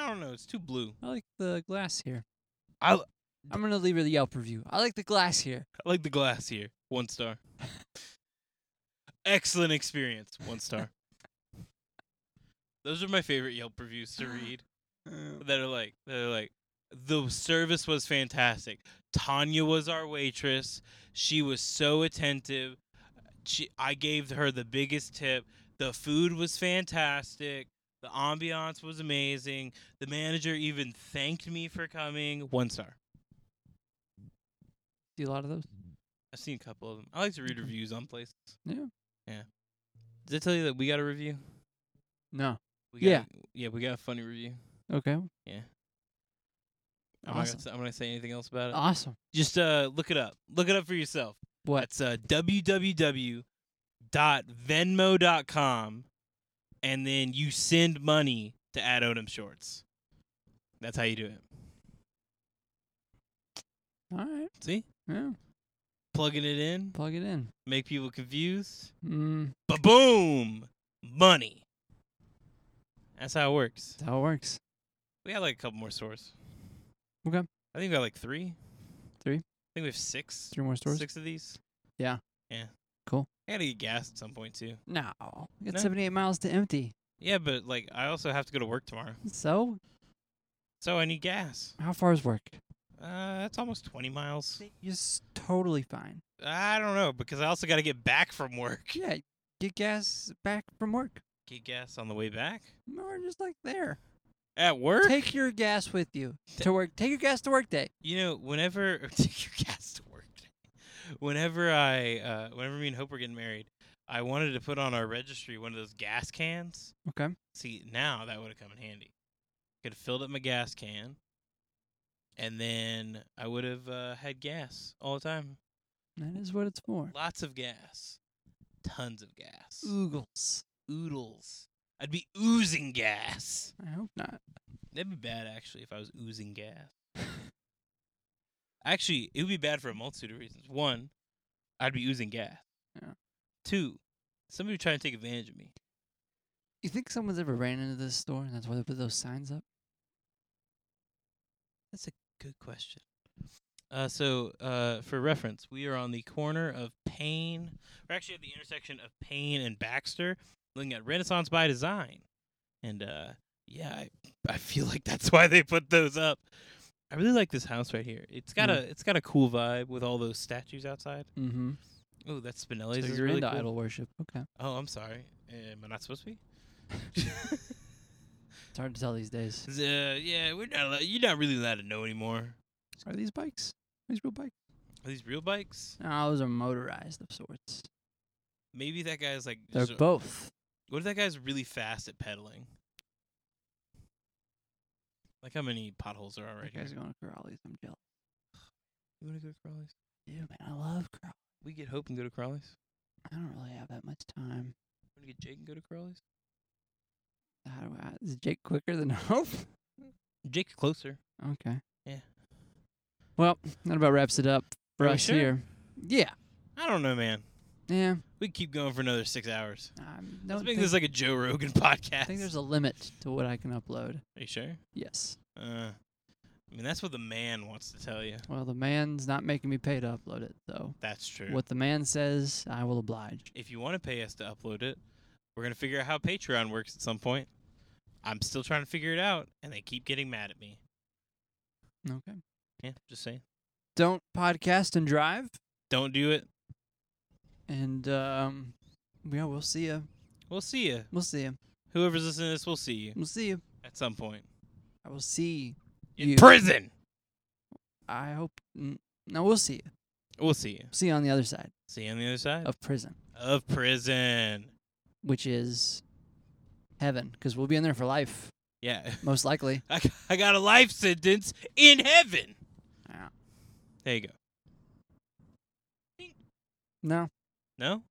Speaker 2: I don't know. It's too blue.
Speaker 1: I like the glass here.
Speaker 2: I,
Speaker 1: I'm going to leave her the Yelp review. I like the glass here.
Speaker 2: I like the glass here. One star. Excellent experience. One star. Those are my favorite Yelp reviews to read. That are like that are like the service was fantastic. Tanya was our waitress. She was so attentive. She, I gave her the biggest tip. The food was fantastic. The ambiance was amazing. The manager even thanked me for coming. One star.
Speaker 1: See a lot of those?
Speaker 2: I've seen a couple of them. I like to read
Speaker 1: Okay.
Speaker 2: reviews on places.
Speaker 1: Mm-hmm. Yeah.
Speaker 2: Yeah. Did I tell you that we got a review?
Speaker 1: No.
Speaker 2: We got
Speaker 1: Yeah.
Speaker 2: a- yeah, we got a funny review.
Speaker 1: Okay.
Speaker 2: I'm, not
Speaker 1: Awesome.
Speaker 2: gonna, say- I'm gonna say anything else about it.
Speaker 1: Awesome.
Speaker 2: Just uh, look it up. Look it up for yourself.
Speaker 1: What?
Speaker 2: That's uh, www.venmo.com, and then you send money to Ad Odom Shorts. That's how you do it.
Speaker 1: All right.
Speaker 2: See,
Speaker 1: Yeah.
Speaker 2: plugging it in,
Speaker 1: Plug it in.
Speaker 2: make people confused.
Speaker 1: Mm,
Speaker 2: Ba boom, money. That's how it works.
Speaker 1: that's how it works.
Speaker 2: We got like a couple more stores.
Speaker 1: Okay.
Speaker 2: I think we got like three.
Speaker 1: Three?
Speaker 2: I think we have six.
Speaker 1: Three more stores?
Speaker 2: Six of these.
Speaker 1: Yeah.
Speaker 2: Yeah.
Speaker 1: Cool.
Speaker 2: I gotta get gas at some point too.
Speaker 1: No. We got
Speaker 2: No.
Speaker 1: 78 miles to empty.
Speaker 2: Yeah, but like I also have to go to work tomorrow,
Speaker 1: So,
Speaker 2: so I need gas.
Speaker 1: how far is work?
Speaker 2: Uh, that's almost twenty miles.
Speaker 1: You're s- totally fine.
Speaker 2: I don't know because I also gotta get back from work.
Speaker 1: Yeah. Get gas back from work.
Speaker 2: Get gas on the way back
Speaker 1: Or just like there.
Speaker 2: at work.
Speaker 1: Take your gas with you to work. Take your gas to work day.
Speaker 2: You know, whenever take your gas to work. Whenever I, uh, whenever me and Hope were getting married, I wanted to put on our registry one of those gas cans.
Speaker 1: Okay.
Speaker 2: See, now that would have come in handy. Could have filled up my gas can, and then I would have uh, had gas all the time.
Speaker 1: That is what it's for.
Speaker 2: Lots of gas, tons of gas,
Speaker 1: Oogles.
Speaker 2: oodles. I'd be oozing gas.
Speaker 1: I hope not.
Speaker 2: That'd be bad actually if I was oozing gas. actually, it would be bad for a multitude of reasons. One, I'd be oozing gas.
Speaker 1: Yeah.
Speaker 2: Two, somebody would try to take advantage of me.
Speaker 1: You think someone's ever ran into this store and that's why they put those signs up?
Speaker 2: Good question. Uh, so, uh, for reference, we are on the corner of Payne. We're actually at the intersection of Payne and Baxter, looking at Renaissance by Design. And uh, yeah, I, I feel like that's why they put those up. I really like this house right here. It's got
Speaker 1: Mhm.
Speaker 2: a it's got a cool vibe with all those statues outside.
Speaker 1: Mm-hmm.
Speaker 2: Oh, that's Spinelli's.
Speaker 1: So
Speaker 2: is
Speaker 1: you're
Speaker 2: really
Speaker 1: into
Speaker 2: cool.
Speaker 1: idol worship. Okay.
Speaker 2: Oh, I'm sorry. Am I not supposed to be?
Speaker 1: It's hard to tell these days.
Speaker 2: Uh, yeah, we're not. Allowed, you're not really allowed to know anymore.
Speaker 1: Are these bikes? Are these real bikes?
Speaker 2: Are these real bikes?
Speaker 1: No, those are motorized of sorts.
Speaker 2: Maybe that guy's like.
Speaker 1: They're
Speaker 2: just a-
Speaker 1: both.
Speaker 2: What if that guy's really fast at pedaling? Like how many potholes there are right
Speaker 1: That guy's
Speaker 2: here?
Speaker 1: going to Crowley's. I'm jealous.
Speaker 2: You want to go to Crowley's?
Speaker 1: Dude, man, I love Crowley.
Speaker 2: We get Hope and go to Crowley's.
Speaker 1: I don't really have that much time.
Speaker 2: Want to get Jake and go to Crowley's?
Speaker 1: How do I, is Jake quicker than Hope?
Speaker 2: Jake's closer.
Speaker 1: Okay.
Speaker 2: Yeah.
Speaker 1: Well, that about wraps it up for
Speaker 2: Are we
Speaker 1: us
Speaker 2: sure?
Speaker 1: here. Yeah.
Speaker 2: I don't know, man.
Speaker 1: Yeah.
Speaker 2: We could keep going for another six hours.
Speaker 1: I'm-
Speaker 2: Let's
Speaker 1: don't
Speaker 2: make
Speaker 1: think-
Speaker 2: this like a Joe Rogan
Speaker 1: I
Speaker 2: podcast.
Speaker 1: think there's a limit to what I can upload.
Speaker 2: Are you sure?
Speaker 1: Yes.
Speaker 2: Uh, I mean, that's what the man wants to tell you.
Speaker 1: Well, the man's not making me pay to upload it, so
Speaker 2: That's true.
Speaker 1: what the man says, I will oblige.
Speaker 2: If you want to pay us to upload it, we're gonna figure out how Patreon works at some point. I'm still trying to figure it out, and they keep getting mad at me.
Speaker 1: Okay.
Speaker 2: Yeah, just saying.
Speaker 1: Don't podcast and drive,
Speaker 2: Don't do it.
Speaker 1: and um, yeah, we'll see you.
Speaker 2: We'll see you.
Speaker 1: We'll see you.
Speaker 2: Whoever's listening to this, we'll see you
Speaker 1: We'll see you.
Speaker 2: at some point.
Speaker 1: I will see.
Speaker 2: In
Speaker 1: You-
Speaker 2: prison!
Speaker 1: I hope. n- No, we'll see you.
Speaker 2: We'll see you.
Speaker 1: See you on the other side
Speaker 2: See you on the other side
Speaker 1: of prison,
Speaker 2: of prison.
Speaker 1: which is heaven, because we'll be in there for life,
Speaker 2: Yeah.
Speaker 1: most likely.
Speaker 2: I, g- I got a life sentence in heaven.
Speaker 1: Yeah.
Speaker 2: There you go.
Speaker 1: No,
Speaker 2: No?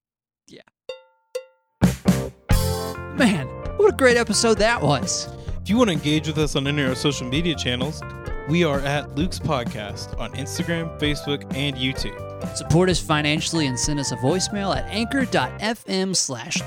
Speaker 1: man, what a great episode that was.
Speaker 2: If you want to engage with us on any of our social media channels, we are at Luke's Podcast on Instagram, Facebook, and YouTube.
Speaker 1: Support us financially and send us a voicemail at anchor.fm slash